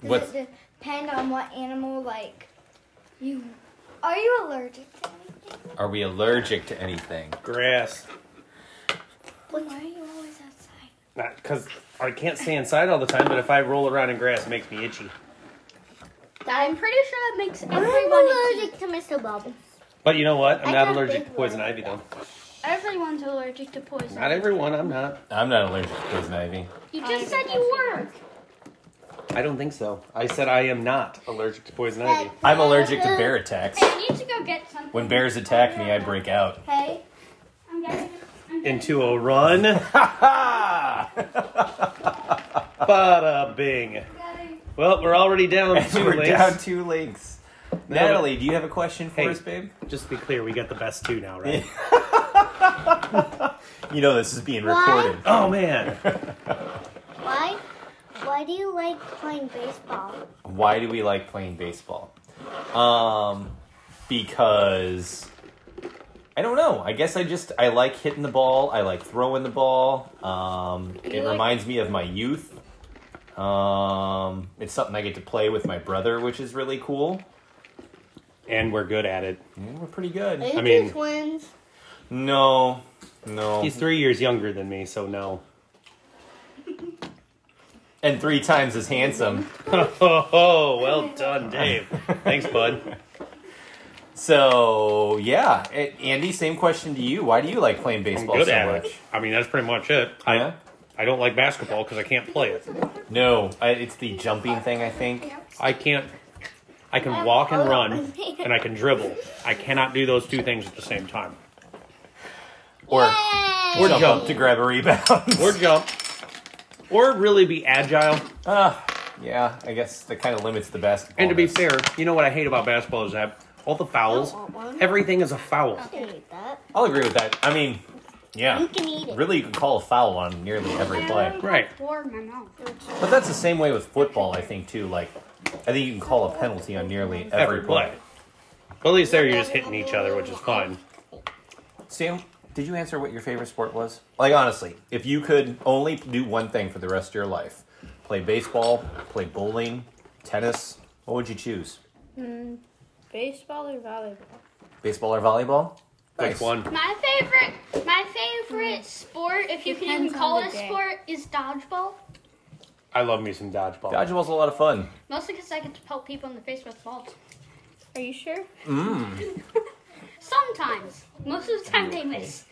[SPEAKER 4] does
[SPEAKER 1] What's-
[SPEAKER 4] it depend on what animal? Like, you are you allergic to anything?
[SPEAKER 1] Are we allergic to anything?
[SPEAKER 2] Grass.
[SPEAKER 4] Why are you always outside?
[SPEAKER 2] Because I can't stay inside all the time, but if I roll around in grass, it makes me itchy.
[SPEAKER 3] I'm pretty sure it makes
[SPEAKER 5] I'm
[SPEAKER 3] everyone itchy.
[SPEAKER 5] allergic to Mr. Bubbles.
[SPEAKER 2] But you know what? I'm
[SPEAKER 5] I
[SPEAKER 2] not
[SPEAKER 5] got a
[SPEAKER 2] allergic
[SPEAKER 5] big
[SPEAKER 2] to poison
[SPEAKER 5] one.
[SPEAKER 2] ivy, though.
[SPEAKER 3] Everyone's allergic to poison.
[SPEAKER 2] Not everyone. I'm not.
[SPEAKER 1] I'm not allergic to poison ivy.
[SPEAKER 3] You just said you were.
[SPEAKER 2] I don't think so. I said I am not allergic to poison ivy.
[SPEAKER 1] I'm allergic to bear attacks.
[SPEAKER 3] I need to go get something.
[SPEAKER 1] When bears attack me, I break out. <laughs>
[SPEAKER 4] Hey,
[SPEAKER 3] I'm getting. I'm getting
[SPEAKER 2] Into a run.
[SPEAKER 1] Ha
[SPEAKER 2] Bada bing. Well, <laughs> we're
[SPEAKER 1] <laughs>
[SPEAKER 2] already down
[SPEAKER 1] ha!
[SPEAKER 2] two
[SPEAKER 1] We're
[SPEAKER 2] links.
[SPEAKER 1] down two links. Natalie, do you have a question for
[SPEAKER 2] Hey.
[SPEAKER 1] us, babe?
[SPEAKER 2] Just to be clear, we got the best two now, right?
[SPEAKER 1] <laughs> You know this is being
[SPEAKER 5] Why?
[SPEAKER 1] recorded.
[SPEAKER 2] <laughs> oh man.
[SPEAKER 5] Why? Why do you like playing baseball?
[SPEAKER 1] <laughs> why do we like playing baseball? Um, because I don't know. I guess I just I like hitting the ball. I like throwing the ball. Um, it
[SPEAKER 6] like-
[SPEAKER 1] reminds me of my youth. Um, it's something I get to play with my brother, which is really cool.
[SPEAKER 2] And we're good at it.
[SPEAKER 1] And we're pretty good.
[SPEAKER 5] Are you
[SPEAKER 2] mean-
[SPEAKER 5] two twins?
[SPEAKER 1] No, no,
[SPEAKER 2] He's three years younger than me, so <laughs> no.
[SPEAKER 1] and three times as handsome.
[SPEAKER 2] Oh, well done, Dave. <laughs> Thanks, bud.
[SPEAKER 1] So yeah, A- Andy, same question to you. Why do you like playing
[SPEAKER 2] I'm
[SPEAKER 1] baseball
[SPEAKER 2] good
[SPEAKER 1] so
[SPEAKER 2] at
[SPEAKER 1] much?
[SPEAKER 2] it. I mean, that's pretty much it.
[SPEAKER 1] Yeah?
[SPEAKER 2] I don't like basketball because I can't play it.
[SPEAKER 1] No, I, it's the jumping thing. I think.
[SPEAKER 2] I can't. I can walk and run, and I can dribble. I cannot do those two things at the same time.
[SPEAKER 1] Or
[SPEAKER 5] Yay!
[SPEAKER 1] or jump to grab a rebound. <laughs>
[SPEAKER 2] Or jump, or really be agile.
[SPEAKER 1] Ah, yeah, I guess that kind of limits the basketball.
[SPEAKER 2] And to be
[SPEAKER 1] ness.
[SPEAKER 2] fair, you know what I hate about basketball is that all the fouls,
[SPEAKER 4] Oh,
[SPEAKER 2] everything is a foul.
[SPEAKER 5] I hate that.
[SPEAKER 1] I'll agree with that. I mean, yeah,
[SPEAKER 5] You can eat it.
[SPEAKER 1] really, you can call a foul on nearly every play.
[SPEAKER 2] Right.
[SPEAKER 3] Or my mouth.
[SPEAKER 1] But that's the same way with football, I think too. Like, I think you can call a penalty on nearly every,
[SPEAKER 2] Every play. But at least there you're just hitting each other, which is fun.
[SPEAKER 1] Sam, did you answer what your favorite sport was? Like, honestly, if you could only do one thing for the rest of your life, play baseball, play bowling, tennis, what would you choose?
[SPEAKER 6] Baseball or volleyball?
[SPEAKER 1] Baseball or volleyball?
[SPEAKER 2] Like one.
[SPEAKER 3] My favorite, my favorite sport, if you can even
[SPEAKER 6] Depends
[SPEAKER 3] call
[SPEAKER 6] on
[SPEAKER 3] it a
[SPEAKER 6] the day.
[SPEAKER 3] sport, is dodgeball.
[SPEAKER 2] I love me some dodgeball.
[SPEAKER 1] Dodgeball's a lot of fun.
[SPEAKER 3] Mostly because I get to poke people in the face with balls.
[SPEAKER 6] Are you sure?
[SPEAKER 1] Mm.
[SPEAKER 3] <laughs> Sometimes, most of the time they miss.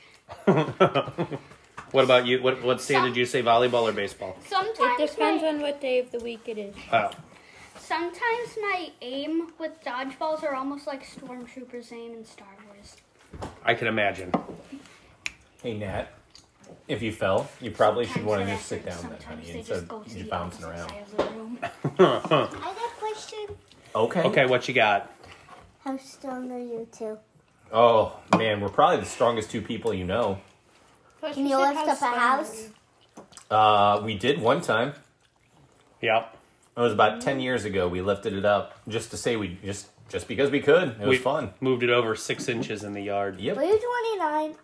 [SPEAKER 2] what about you? What what stand did you say? Volleyball or baseball?
[SPEAKER 3] Sometimes,
[SPEAKER 6] It depends
[SPEAKER 3] my,
[SPEAKER 6] on what day of the week it is.
[SPEAKER 2] Oh,
[SPEAKER 3] sometimes my aim with dodgeballs are almost like stormtroopers' aim in Star Wars.
[SPEAKER 2] I can <laughs> imagine.
[SPEAKER 1] Hey Nat, if you fell, you probably should
[SPEAKER 3] Sometimes
[SPEAKER 1] want to
[SPEAKER 3] they're
[SPEAKER 1] just sit down
[SPEAKER 3] accurate,
[SPEAKER 1] then, honey,
[SPEAKER 3] sometimes they
[SPEAKER 1] instead
[SPEAKER 3] just go
[SPEAKER 1] of
[SPEAKER 3] to
[SPEAKER 1] you
[SPEAKER 3] the
[SPEAKER 1] bouncing around.
[SPEAKER 3] opposite side of the room. <laughs>
[SPEAKER 5] I got a question.
[SPEAKER 1] Okay.
[SPEAKER 2] Okay, what you got?
[SPEAKER 5] How strong are you two?
[SPEAKER 1] Oh man, we're probably the strongest two people you know.
[SPEAKER 5] Can you lift up a house?
[SPEAKER 1] Uh, we did one time.
[SPEAKER 2] Yep.
[SPEAKER 1] It was about ten years ago. We lifted it up just to say we just just because we could. It was
[SPEAKER 2] we
[SPEAKER 1] fun.
[SPEAKER 2] Moved it over six inches in the yard.
[SPEAKER 1] Yep.
[SPEAKER 5] Were you 29?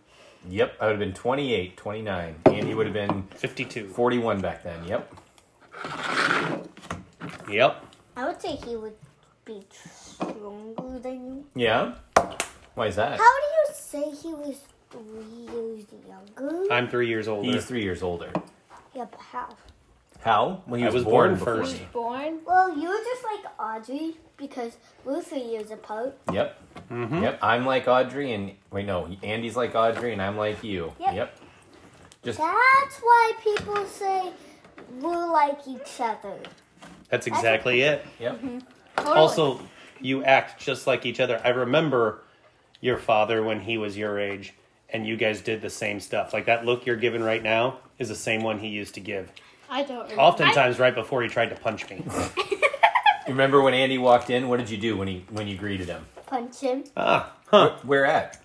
[SPEAKER 1] Yep. I would have been 28, 29. Andy would have been
[SPEAKER 2] Fifty-two.
[SPEAKER 1] 41 back then. Yep.
[SPEAKER 2] Yep.
[SPEAKER 5] I would say he would be stronger than you.
[SPEAKER 1] Yeah. Why is
[SPEAKER 5] How
[SPEAKER 1] that?
[SPEAKER 5] do you say he was three years younger?
[SPEAKER 2] I'm three years older.
[SPEAKER 1] He's three years older.
[SPEAKER 5] yeah, but how?
[SPEAKER 1] How? Well, he
[SPEAKER 2] I was born
[SPEAKER 1] before.
[SPEAKER 2] first.
[SPEAKER 6] Born?
[SPEAKER 5] Well, you were just like Audrey because we're three years apart.
[SPEAKER 1] Yep.
[SPEAKER 2] Mm-hmm.
[SPEAKER 1] Yep. I'm like Audrey, and wait, no, Andy's like Audrey, and I'm like you.
[SPEAKER 5] Yep.
[SPEAKER 1] Just
[SPEAKER 5] That's why people say we're like each other.
[SPEAKER 2] That's exactly it.
[SPEAKER 5] mm-hmm.
[SPEAKER 1] yep.
[SPEAKER 2] Also, you act just like each other. I remember your father when he was your age and you guys did the same stuff. Like that look you're giving right now is the same one he used to give.
[SPEAKER 6] I don't remember.
[SPEAKER 2] Oftentimes right before he tried to punch me.
[SPEAKER 1] You remember when Andy walked in? What did you do when he when you greeted him?
[SPEAKER 5] Punch him.
[SPEAKER 2] ah, huh.
[SPEAKER 1] Where at?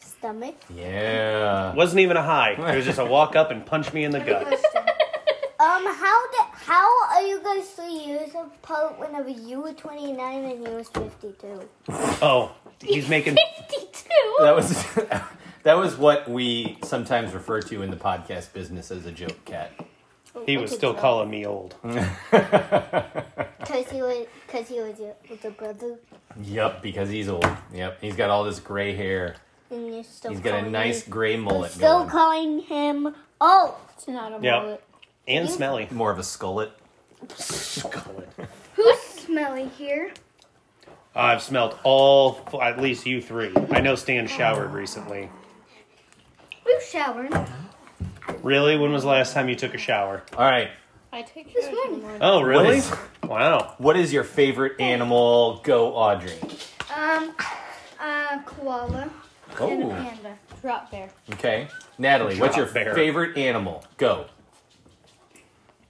[SPEAKER 5] Stomach.
[SPEAKER 1] Yeah.
[SPEAKER 2] Wasn't even a high. It was just a walk up and punch me in the gut.
[SPEAKER 5] Um, how did, how are you guys three years apart whenever you were 29 and he was 52?
[SPEAKER 2] Oh, he's making
[SPEAKER 3] 52.
[SPEAKER 1] That was <laughs> that was what we sometimes refer to in the podcast business as a joke cat. <laughs>
[SPEAKER 2] he was still calling me old.
[SPEAKER 5] Because he was, because he was your older brother.
[SPEAKER 1] Yep, because he's old. Yep, he's got all this gray hair.
[SPEAKER 5] And you're still
[SPEAKER 1] He's got a
[SPEAKER 5] calling
[SPEAKER 1] nice
[SPEAKER 5] him-
[SPEAKER 1] gray
[SPEAKER 5] you're
[SPEAKER 1] mullet
[SPEAKER 5] still
[SPEAKER 1] going.
[SPEAKER 5] calling him old.
[SPEAKER 3] It's not a
[SPEAKER 2] Yeah.
[SPEAKER 3] mullet.
[SPEAKER 2] And smelly. <laughs>
[SPEAKER 1] More of a skullet.
[SPEAKER 5] Who's smelly here?
[SPEAKER 2] I've smelled all at least you three. I know Stan showered recently.
[SPEAKER 5] We've showered.
[SPEAKER 2] Really? When was the last time you took a shower?
[SPEAKER 1] All right.
[SPEAKER 6] I take care of
[SPEAKER 5] morning.
[SPEAKER 6] the morning.
[SPEAKER 2] Oh, really?
[SPEAKER 1] is-
[SPEAKER 2] Wow.
[SPEAKER 1] What is your favorite animal? Go, Audrey.
[SPEAKER 5] Um, uh, koala and a
[SPEAKER 1] Oh.
[SPEAKER 5] panda.
[SPEAKER 6] Drop bear.
[SPEAKER 1] Okay. Natalie, what's your
[SPEAKER 2] Drop bear.
[SPEAKER 1] favorite animal? Go.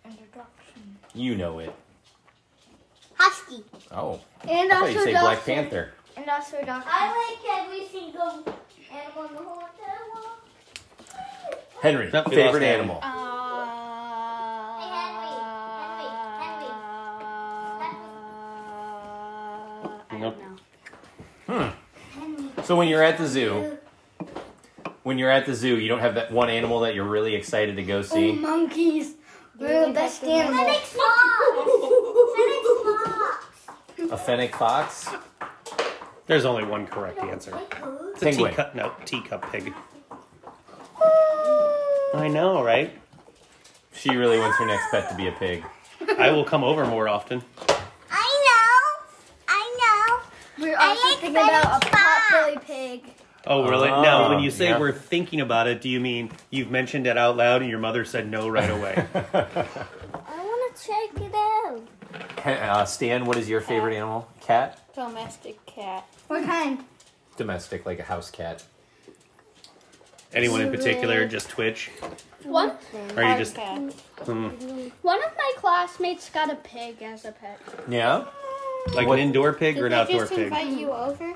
[SPEAKER 6] And a drop.
[SPEAKER 1] You know it.
[SPEAKER 5] Husky.
[SPEAKER 1] Oh.
[SPEAKER 5] And
[SPEAKER 1] I thought
[SPEAKER 5] also
[SPEAKER 1] you say
[SPEAKER 5] dolphin.
[SPEAKER 1] Black Panther.
[SPEAKER 5] And also dolphin.
[SPEAKER 4] I like every single animal in the whole entire world.
[SPEAKER 1] Henry,
[SPEAKER 2] Nope, we lost
[SPEAKER 1] favorite
[SPEAKER 2] Henry.
[SPEAKER 1] animal.
[SPEAKER 4] Hey, Henry. Henry. Henry.
[SPEAKER 5] uh,
[SPEAKER 3] I
[SPEAKER 2] Nope.
[SPEAKER 3] don't know.
[SPEAKER 1] So when you're at the zoo,
[SPEAKER 5] Uh,
[SPEAKER 1] when you're at the zoo, you don't have that one animal that you're really excited to go
[SPEAKER 5] Oh,
[SPEAKER 1] see.
[SPEAKER 5] monkeys. We're the best animal.
[SPEAKER 4] Fennec Fox! Fennec Fox!
[SPEAKER 1] A fennec fox,
[SPEAKER 2] There's only one correct answer. It's a
[SPEAKER 1] Penguin.
[SPEAKER 2] teacup. No, teacup pig.
[SPEAKER 5] <laughs>
[SPEAKER 2] I know, right?
[SPEAKER 1] She really wants her next pet to be a pig.
[SPEAKER 2] I will come over more often.
[SPEAKER 4] I know! I know!
[SPEAKER 5] We're
[SPEAKER 4] I
[SPEAKER 5] also
[SPEAKER 4] like
[SPEAKER 5] thinking about a
[SPEAKER 4] Fennec Fox.
[SPEAKER 5] potbelly pig.
[SPEAKER 2] Oh, really?
[SPEAKER 1] Ah,
[SPEAKER 2] now, when you say
[SPEAKER 1] yeah.
[SPEAKER 2] we're thinking about it, do you mean you've mentioned it out loud and your mother said no
[SPEAKER 1] <laughs>
[SPEAKER 2] right away?
[SPEAKER 5] I want to check it out.
[SPEAKER 1] Hen- Uh, Stan, what is your favorite animal? Cat,
[SPEAKER 6] Domestic cat.
[SPEAKER 5] What kind?
[SPEAKER 1] domestic, like a house cat.
[SPEAKER 2] Anyone in particular? Just Twitch?
[SPEAKER 3] One,
[SPEAKER 2] Or you just?
[SPEAKER 6] cat.
[SPEAKER 2] Hmm,
[SPEAKER 3] one of my classmates got a pig as a pet.
[SPEAKER 1] Yeah,
[SPEAKER 2] like
[SPEAKER 1] What-
[SPEAKER 2] an indoor pig or an
[SPEAKER 6] Did they
[SPEAKER 2] outdoor
[SPEAKER 6] just
[SPEAKER 2] pig?
[SPEAKER 6] invite you over?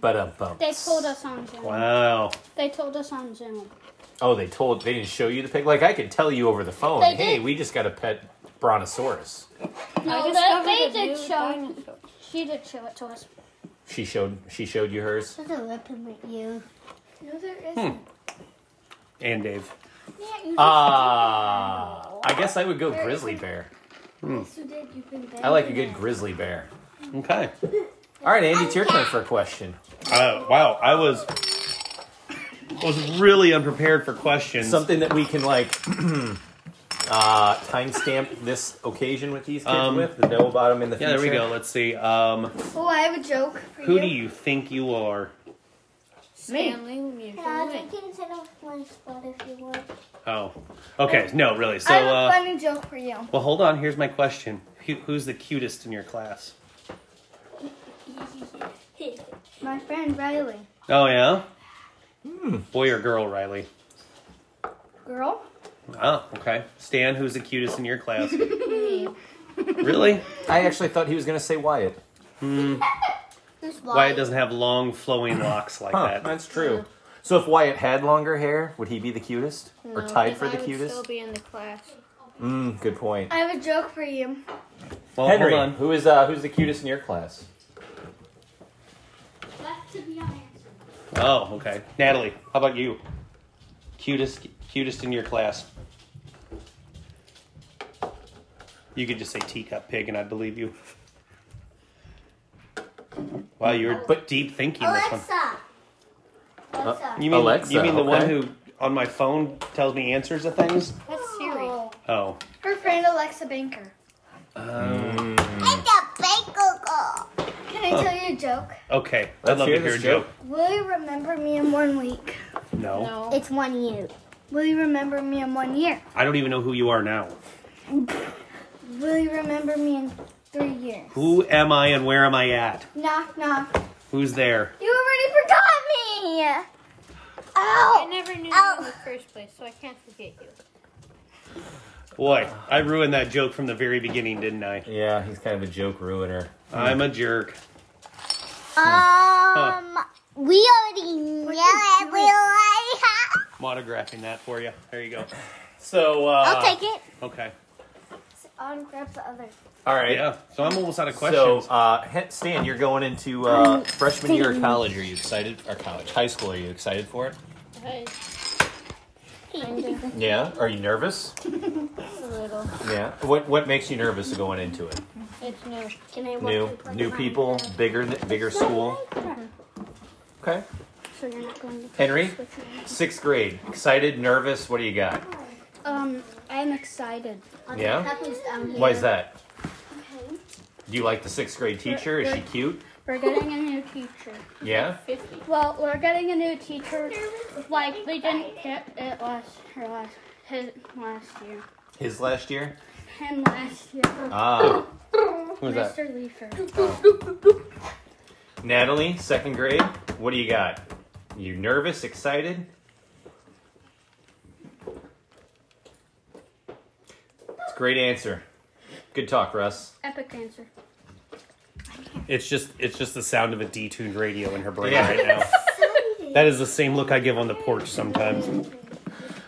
[SPEAKER 1] but um, a bump.
[SPEAKER 3] They told us on Zoom.
[SPEAKER 2] Wow.
[SPEAKER 3] They told us on Zoom.
[SPEAKER 1] Oh, they told. They didn't show you the pig. Like I could tell you over the phone.
[SPEAKER 3] They
[SPEAKER 1] Hey,
[SPEAKER 3] did.
[SPEAKER 1] we just got a pet brontosaurus.
[SPEAKER 3] No,
[SPEAKER 6] discovered
[SPEAKER 3] they,
[SPEAKER 6] a
[SPEAKER 3] they did
[SPEAKER 6] new
[SPEAKER 3] show.
[SPEAKER 6] dinosaur.
[SPEAKER 3] She did show it to us.
[SPEAKER 1] She showed. She showed you hers.
[SPEAKER 5] There's a rip in my ear.
[SPEAKER 6] No, there isn't.
[SPEAKER 2] And Dave.
[SPEAKER 1] Ah, I guess I would go grizzly bear. I like a good grizzly bear.
[SPEAKER 2] Okay.
[SPEAKER 1] All right, Andy, it's your turn for a question.
[SPEAKER 2] Uh, wow, I was was really unprepared for questions.
[SPEAKER 1] Something that we can like <clears throat> uh, timestamp this occasion with these kids
[SPEAKER 2] Um,
[SPEAKER 1] with the know about them in the
[SPEAKER 2] yeah,
[SPEAKER 1] future.
[SPEAKER 2] there we go. Let's see. Um,
[SPEAKER 5] Oh, I have a joke for
[SPEAKER 2] who
[SPEAKER 5] you.
[SPEAKER 2] do you think you are?
[SPEAKER 6] Stanley, you're
[SPEAKER 5] Yeah,
[SPEAKER 6] doing.
[SPEAKER 5] we can sit on one spot if you <laughs> want.
[SPEAKER 2] Oh, okay. No, really. So,
[SPEAKER 5] I have a
[SPEAKER 2] uh,
[SPEAKER 5] funny joke for you.
[SPEAKER 2] well, hold on. Here's my question. Who, who's the cutest in your class?
[SPEAKER 5] My friend Riley.
[SPEAKER 2] Oh yeah.
[SPEAKER 1] Hmm.
[SPEAKER 2] Boy or girl, Riley?
[SPEAKER 5] Girl?
[SPEAKER 2] Oh, okay. Stan, who's the cutest in your class? really?
[SPEAKER 1] I actually thought he was going to say Wyatt.
[SPEAKER 2] Wyatt doesn't have long flowing locks like
[SPEAKER 1] Huh,
[SPEAKER 2] that.
[SPEAKER 1] that's true. So if Wyatt had longer hair, would he be the cutest or tied for the
[SPEAKER 6] Still
[SPEAKER 1] cutest?
[SPEAKER 6] be in the class.
[SPEAKER 1] Mm, good point.
[SPEAKER 5] I have a joke for you.
[SPEAKER 2] Well,
[SPEAKER 1] Henry,
[SPEAKER 2] hold on.
[SPEAKER 1] who is uh, who's the cutest in your class?
[SPEAKER 3] Left to be unanswered.
[SPEAKER 2] Oh, okay. Natalie, how about you? Cutest, cutest in your class. You could just say teacup pig, and I'd believe you. Wow, you were but deep thinking this one.
[SPEAKER 4] Alexa! Alexa.
[SPEAKER 2] Uh, You mean
[SPEAKER 1] Alexa,
[SPEAKER 2] you mean the one
[SPEAKER 1] okay.
[SPEAKER 2] who on my phone tells me answers to things?
[SPEAKER 6] That's Siri.
[SPEAKER 2] Oh,
[SPEAKER 5] Her friend Alexa Banker.
[SPEAKER 1] Mm.
[SPEAKER 4] It's a bagel girl!
[SPEAKER 5] Can I tell you a joke?
[SPEAKER 2] okay.
[SPEAKER 1] Let's
[SPEAKER 2] I'd love
[SPEAKER 1] hear
[SPEAKER 2] to hear a
[SPEAKER 1] this
[SPEAKER 2] joke.
[SPEAKER 5] Will you remember me in one week?
[SPEAKER 2] No.
[SPEAKER 6] No.
[SPEAKER 5] It's one year. Will you remember me in one year?
[SPEAKER 2] I don't even know who you are now.
[SPEAKER 5] Will you remember me in three years?
[SPEAKER 2] Who am I, and where am I at?
[SPEAKER 5] Knock, knock.
[SPEAKER 2] Who's there?
[SPEAKER 5] You already forgot me.
[SPEAKER 6] I
[SPEAKER 5] Oh,
[SPEAKER 6] never knew
[SPEAKER 5] Ow.
[SPEAKER 6] you in the first place, so I can't forget you.
[SPEAKER 2] Boy, I ruined that joke from the very beginning, didn't I?
[SPEAKER 1] Yeah, he's kind of a joke ruiner.
[SPEAKER 2] I'm a jerk.
[SPEAKER 5] um, we already know it. We already have.
[SPEAKER 2] I'm autographing that for you. There you go. So, uh.
[SPEAKER 5] I'll take it.
[SPEAKER 2] Okay.
[SPEAKER 5] I'll grab the other.
[SPEAKER 1] All right.
[SPEAKER 2] Yeah. So I'm almost out of
[SPEAKER 1] So,
[SPEAKER 2] questions.
[SPEAKER 1] uh, he- Stan, you're going into uh, freshman year of college. Are you excited? Or college, high school? Are you excited for it?
[SPEAKER 6] I,
[SPEAKER 1] Yeah. Are you nervous?
[SPEAKER 6] a little.
[SPEAKER 1] Yeah. What What makes you nervous going into it?
[SPEAKER 6] It's new.
[SPEAKER 5] Can I
[SPEAKER 1] New New people, bigger th- bigger school. Okay.
[SPEAKER 5] So you're not going to.
[SPEAKER 1] Henry, sixth grade. Excited, nervous. What do you got?
[SPEAKER 3] Um, I'm excited.
[SPEAKER 1] Yeah? Why is that? Do you like the sixth grade teacher? Is she cute?
[SPEAKER 3] We're getting a new teacher.
[SPEAKER 1] Yeah.
[SPEAKER 6] 50.
[SPEAKER 3] Well, we're getting a new teacher. Like we didn't get it last her last his last year.
[SPEAKER 1] His last year.
[SPEAKER 3] Him last year.
[SPEAKER 5] <coughs>
[SPEAKER 1] Ah.
[SPEAKER 2] Who's that?
[SPEAKER 3] Mr. Leifer.
[SPEAKER 1] Natalie, second grade. What do you got? You nervous? Excited? It's a great answer. Good talk, Russ.
[SPEAKER 3] Epic dancer.
[SPEAKER 2] It's just it's just the sound of a detuned radio in her
[SPEAKER 1] um,
[SPEAKER 2] brain
[SPEAKER 1] Yeah. <laughs>
[SPEAKER 2] right now. that is the same look I give on the porch sometimes.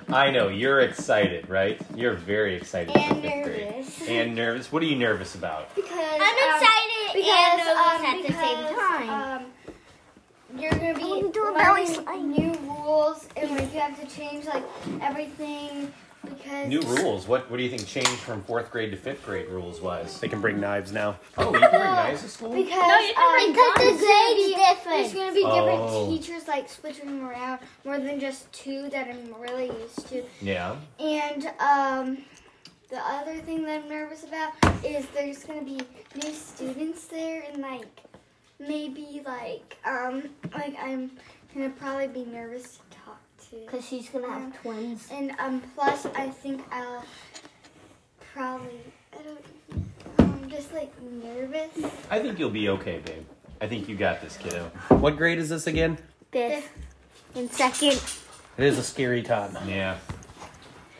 [SPEAKER 1] I know you're excited, right? You're very excited.
[SPEAKER 5] And
[SPEAKER 1] for fifth grade.
[SPEAKER 5] nervous.
[SPEAKER 1] And nervous. What are you nervous about?
[SPEAKER 5] Because
[SPEAKER 4] I'm
[SPEAKER 5] um,
[SPEAKER 4] excited
[SPEAKER 5] because,
[SPEAKER 4] and
[SPEAKER 5] um,
[SPEAKER 4] nervous at the same
[SPEAKER 5] because,
[SPEAKER 4] time. Um, you're gonna
[SPEAKER 5] I wanna
[SPEAKER 4] be
[SPEAKER 5] do a belly
[SPEAKER 4] learning
[SPEAKER 5] slide.
[SPEAKER 4] new rules, and like you have to change like everything because
[SPEAKER 1] New rules. What What do you think changed from fourth grade to fifth grade rules wise?
[SPEAKER 2] They can bring knives now.
[SPEAKER 1] Oh, you can bring knives to school.
[SPEAKER 4] Because
[SPEAKER 3] you
[SPEAKER 4] um,
[SPEAKER 5] Because the grade's
[SPEAKER 4] There's
[SPEAKER 5] different.
[SPEAKER 4] gonna be different
[SPEAKER 1] Oh.
[SPEAKER 4] teachers like switching them around more than just two that I'm really used to.
[SPEAKER 1] Yeah.
[SPEAKER 4] And um, the other thing that I'm nervous about is there's gonna be new students there and like maybe like um like I'm gonna probably be nervous to talk to.
[SPEAKER 5] Because she's gonna have twins.
[SPEAKER 4] And um plus I think I'll probably I don't I'm just like nervous.
[SPEAKER 1] I think you'll be okay, babe. I think you got this, kiddo.
[SPEAKER 2] What grade is this again?
[SPEAKER 5] Fifth and second.
[SPEAKER 2] It is a scary time.
[SPEAKER 1] Yeah.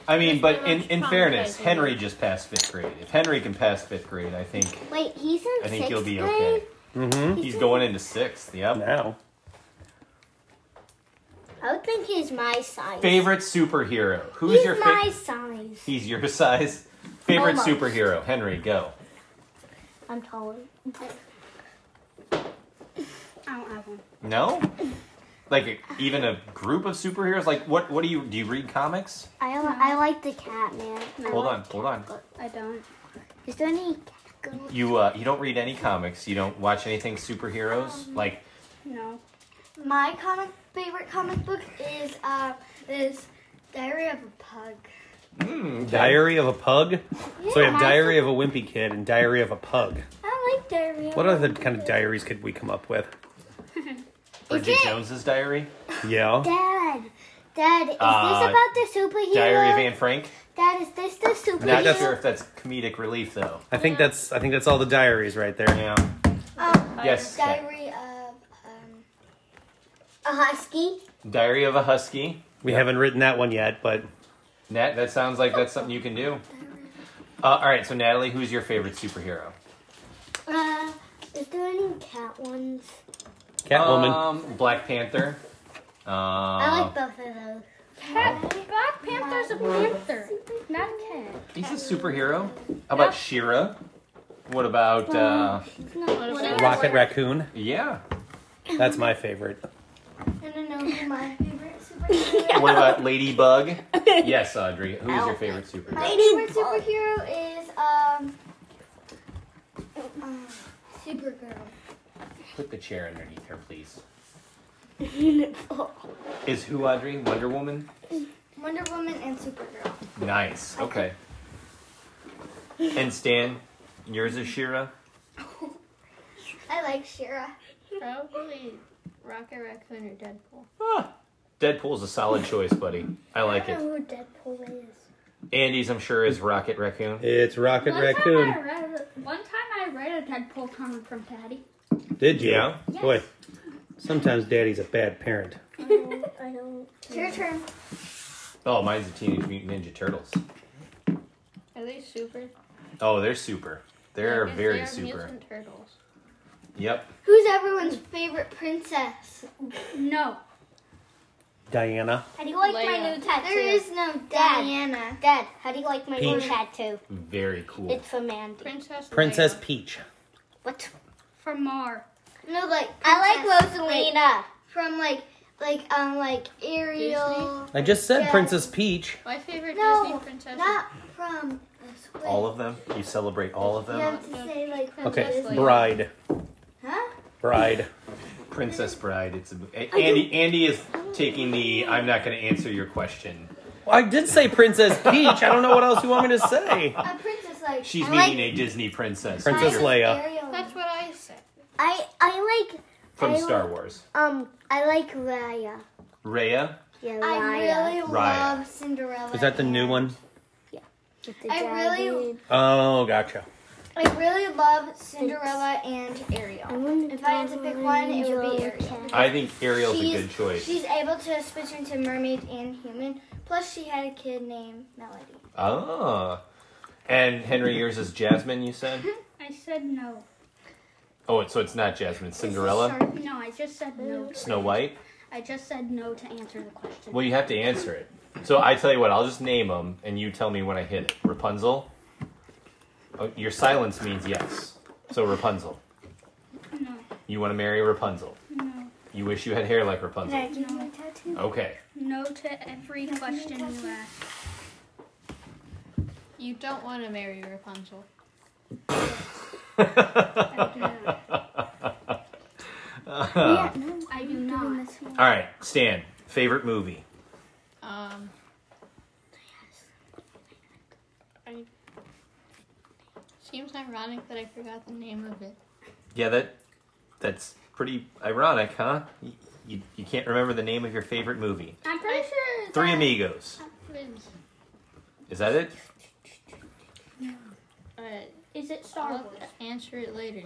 [SPEAKER 1] I mean, but in, in
[SPEAKER 6] Traumatizing.
[SPEAKER 1] fairness, Henry just passed fifth grade. If Henry can pass fifth grade, I think
[SPEAKER 5] Wait, he's in
[SPEAKER 1] I think
[SPEAKER 5] sixth
[SPEAKER 1] he'll be
[SPEAKER 5] grade.
[SPEAKER 1] okay.
[SPEAKER 2] Mm-hmm.
[SPEAKER 1] He's going into sixth. Yep.
[SPEAKER 2] Now.
[SPEAKER 5] I would think he's my size.
[SPEAKER 1] Favorite superhero? Who's
[SPEAKER 5] He's
[SPEAKER 1] your
[SPEAKER 5] my
[SPEAKER 1] favorite?
[SPEAKER 5] size.
[SPEAKER 1] He's your size. Favorite
[SPEAKER 5] Almost.
[SPEAKER 1] superhero? Henry, go.
[SPEAKER 5] I'm taller.
[SPEAKER 3] I don't have one.
[SPEAKER 1] No. Like a, even a group of superheroes? Like what? What do you do? You read comics?
[SPEAKER 5] I, li- I like the cat, man. I
[SPEAKER 1] Hold
[SPEAKER 5] like-
[SPEAKER 1] on, hold on.
[SPEAKER 3] I don't.
[SPEAKER 5] Is there any cat girl?
[SPEAKER 1] You uh, you don't read any comics. You don't watch anything superheroes.
[SPEAKER 5] Um,
[SPEAKER 1] Like
[SPEAKER 3] No.
[SPEAKER 4] My comic favorite comic book is uh is Diary of a Pug.
[SPEAKER 1] mm,
[SPEAKER 2] Diary of a Pug? so we have
[SPEAKER 5] my-
[SPEAKER 2] Diary of a Wimpy Kid and Diary of a Pug.
[SPEAKER 4] I like Diary.
[SPEAKER 2] What other kind of diaries could we come up with?
[SPEAKER 1] Bridget Jones's Diary,
[SPEAKER 2] Yeah.
[SPEAKER 5] Dad. Dad, is
[SPEAKER 1] Uh,
[SPEAKER 5] this about the superhero?
[SPEAKER 1] Diary of Anne Frank.
[SPEAKER 5] Dad, is this the superhero?
[SPEAKER 1] Not
[SPEAKER 2] that's-
[SPEAKER 1] sure if that's comedic relief though.
[SPEAKER 2] I think that's I think that's all the diaries right there.
[SPEAKER 1] Yeah.
[SPEAKER 5] Uh,
[SPEAKER 4] Um,
[SPEAKER 1] Yes.
[SPEAKER 4] Diary of um.
[SPEAKER 5] A husky?
[SPEAKER 1] Diary of a Husky.
[SPEAKER 2] We haven't written that one yet, but
[SPEAKER 1] Nat, that sounds like that's something you can do. Uh, all right, so Natalie, who's your favorite superhero?
[SPEAKER 5] Uh, is there any cat ones?
[SPEAKER 2] Catwoman.
[SPEAKER 1] Um, Black Panther. Uh,
[SPEAKER 5] I like both of those.
[SPEAKER 3] Cat, Black Panther's a panther, not a cat.
[SPEAKER 1] he's a superhero. How about Shira? What about? Uh,
[SPEAKER 5] It's not one of-
[SPEAKER 2] Rocket Raccoon.
[SPEAKER 1] yeah.
[SPEAKER 2] That's my favorite.
[SPEAKER 4] I don't know who
[SPEAKER 5] <laughs>
[SPEAKER 4] my favorite superhero.
[SPEAKER 1] What about Ladybug? Yes, Audrey. Who's your favorite
[SPEAKER 4] My
[SPEAKER 1] superhero?
[SPEAKER 4] favorite superhero is um. um, Supergirl.
[SPEAKER 1] Put the chair underneath her, please. Is who Audrey? Wonder Woman.
[SPEAKER 4] Wonder Woman and Supergirl.
[SPEAKER 1] Nice. Okay. And Stan, yours is Shira.
[SPEAKER 4] I like Shira.
[SPEAKER 6] Probably Rocket Raccoon or Deadpool.
[SPEAKER 1] Ah, Deadpool's a solid choice, buddy. I like
[SPEAKER 5] I
[SPEAKER 1] it.
[SPEAKER 5] don't know who Oh, Deadpool is.
[SPEAKER 1] Andy's, I'm sure, is Rocket Raccoon.
[SPEAKER 2] It's Rocket
[SPEAKER 3] One
[SPEAKER 2] Raccoon.
[SPEAKER 3] Time I read, one time I read a Deadpool comic from Daddy.
[SPEAKER 2] Did you?
[SPEAKER 1] Yeah.
[SPEAKER 3] Yes.
[SPEAKER 2] Boy, Sometimes daddy's a bad parent.
[SPEAKER 5] I don't.
[SPEAKER 4] It's your turn.
[SPEAKER 1] Oh, mine's the Teenage Mutant Ninja Turtles.
[SPEAKER 6] Are they super?
[SPEAKER 1] Oh, they're super. They're
[SPEAKER 6] Because
[SPEAKER 1] very
[SPEAKER 6] they are
[SPEAKER 1] super.
[SPEAKER 6] Mutant turtles.
[SPEAKER 1] Yep.
[SPEAKER 4] Who's everyone's favorite princess?
[SPEAKER 3] No.
[SPEAKER 2] Diana.
[SPEAKER 5] How do you like my
[SPEAKER 6] Leia.
[SPEAKER 5] new tattoo?
[SPEAKER 4] There is no Diana.
[SPEAKER 5] Dad, how do you like my new
[SPEAKER 2] Peach.
[SPEAKER 5] tattoo?
[SPEAKER 1] Very cool.
[SPEAKER 5] It's from Andy.
[SPEAKER 6] Princess.
[SPEAKER 2] Princess
[SPEAKER 6] Leia.
[SPEAKER 2] Peach.
[SPEAKER 5] What?
[SPEAKER 3] From Mar.
[SPEAKER 4] No, like
[SPEAKER 5] I like
[SPEAKER 4] princess,
[SPEAKER 5] Rosalina.
[SPEAKER 4] from like like um like Ariel.
[SPEAKER 2] I just said
[SPEAKER 4] Yeah.
[SPEAKER 2] Princess Peach.
[SPEAKER 6] My favorite
[SPEAKER 4] No,
[SPEAKER 6] Disney princess.
[SPEAKER 4] Not from. Wait,
[SPEAKER 1] All of them? You celebrate all of
[SPEAKER 4] You
[SPEAKER 1] them?
[SPEAKER 4] have to say like from
[SPEAKER 2] Okay,
[SPEAKER 6] Princess Leia.
[SPEAKER 2] bride.
[SPEAKER 4] Huh?
[SPEAKER 2] Bride.
[SPEAKER 1] Princess Bride. It's a, Andy. Andy is taking the. I'm not going to answer your question.
[SPEAKER 2] Well, I did say Princess Peach. I don't know what else you want me to say.
[SPEAKER 4] A princess like.
[SPEAKER 1] Uh, She's
[SPEAKER 5] I
[SPEAKER 1] meeting
[SPEAKER 5] like-
[SPEAKER 1] a Disney princess.
[SPEAKER 2] Princess
[SPEAKER 1] figure
[SPEAKER 2] Leia.
[SPEAKER 4] Ariel.
[SPEAKER 6] That's what I said.
[SPEAKER 5] I I like
[SPEAKER 1] from
[SPEAKER 5] I
[SPEAKER 1] Star
[SPEAKER 5] like-
[SPEAKER 1] Wars.
[SPEAKER 5] um I like Raya.
[SPEAKER 1] Raya.
[SPEAKER 5] Yeah,
[SPEAKER 4] I
[SPEAKER 5] Raya.
[SPEAKER 4] really
[SPEAKER 1] Raya.
[SPEAKER 4] love Cinderella.
[SPEAKER 2] Is that the new one?
[SPEAKER 5] With the
[SPEAKER 4] I really-
[SPEAKER 5] dragon.
[SPEAKER 2] Oh, gotcha.
[SPEAKER 4] I really love Cinderella and Ariel.
[SPEAKER 5] wanted
[SPEAKER 4] If I had to pick one, it would be Ariel.
[SPEAKER 1] I think Ariel's
[SPEAKER 4] She's-
[SPEAKER 1] a good choice.
[SPEAKER 4] She's able to switch into mermaid and human. Plus, she had a kid named Melody.
[SPEAKER 1] Ah. And Henry, yours is Jasmine.
[SPEAKER 5] <laughs>
[SPEAKER 1] You said.
[SPEAKER 3] I said no.
[SPEAKER 1] Oh, it- so it's not Jasmine. It's Cinderella.
[SPEAKER 4] Sorry.
[SPEAKER 3] No, I just said no.
[SPEAKER 1] Snow White.
[SPEAKER 3] I just said no to answer the question.
[SPEAKER 1] Well, you have to answer it. So I tell you what. I'll just name them, and you tell me when I hit it. Rapunzel. Oh, your silence means yes. So Rapunzel.
[SPEAKER 3] No.
[SPEAKER 1] You want to marry Rapunzel.
[SPEAKER 3] No.
[SPEAKER 1] You wish you had hair like
[SPEAKER 4] Can I
[SPEAKER 1] Rapunzel.
[SPEAKER 4] give you a tattoo?
[SPEAKER 1] Okay.
[SPEAKER 3] No to every question you ask.
[SPEAKER 6] You don't want to marry Rapunzel.
[SPEAKER 1] Uh,
[SPEAKER 3] I do not.
[SPEAKER 1] all right, Stan. Favorite movie?
[SPEAKER 6] Um. I- Seems ironic that I forgot the name of it.
[SPEAKER 1] Yeah, that that's pretty ironic, huh? You, you, you can't remember the name of your favorite movie.
[SPEAKER 3] I'm pretty sure.
[SPEAKER 1] Three
[SPEAKER 3] that-
[SPEAKER 1] Amigos.
[SPEAKER 6] It's,
[SPEAKER 1] Is that it?
[SPEAKER 6] Uh,
[SPEAKER 3] Is it Star
[SPEAKER 6] I'll
[SPEAKER 3] Wars?
[SPEAKER 6] answer it later.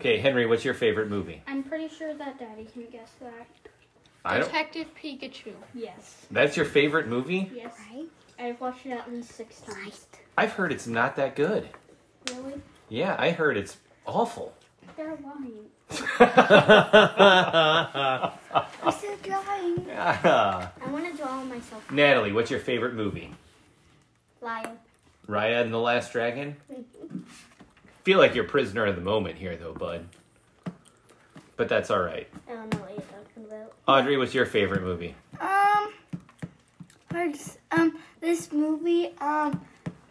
[SPEAKER 1] Okay, Henry, what's your favorite movie?
[SPEAKER 3] I'm pretty sure that Daddy can guess that.
[SPEAKER 1] I don't.
[SPEAKER 6] Detective Pikachu.
[SPEAKER 3] Yes.
[SPEAKER 1] That's your favorite movie?
[SPEAKER 3] Yes. I've watched it at least six times.
[SPEAKER 1] I've heard it's not that good.
[SPEAKER 3] Really?
[SPEAKER 1] Yeah, I heard it's awful. <laughs>
[SPEAKER 3] They're lying.
[SPEAKER 4] I'm still drawing.
[SPEAKER 1] Natalie,
[SPEAKER 5] I want to draw myself.
[SPEAKER 1] what's your favorite movie?
[SPEAKER 5] Lion.
[SPEAKER 1] Raya and the Last Dragon? Feel like you're prisoner of the moment here, though, bud. But that's all right.
[SPEAKER 5] I don't know what you're talking about.
[SPEAKER 1] Audrey, what's your favorite movie?
[SPEAKER 4] Um, hard s- um, this movie, um,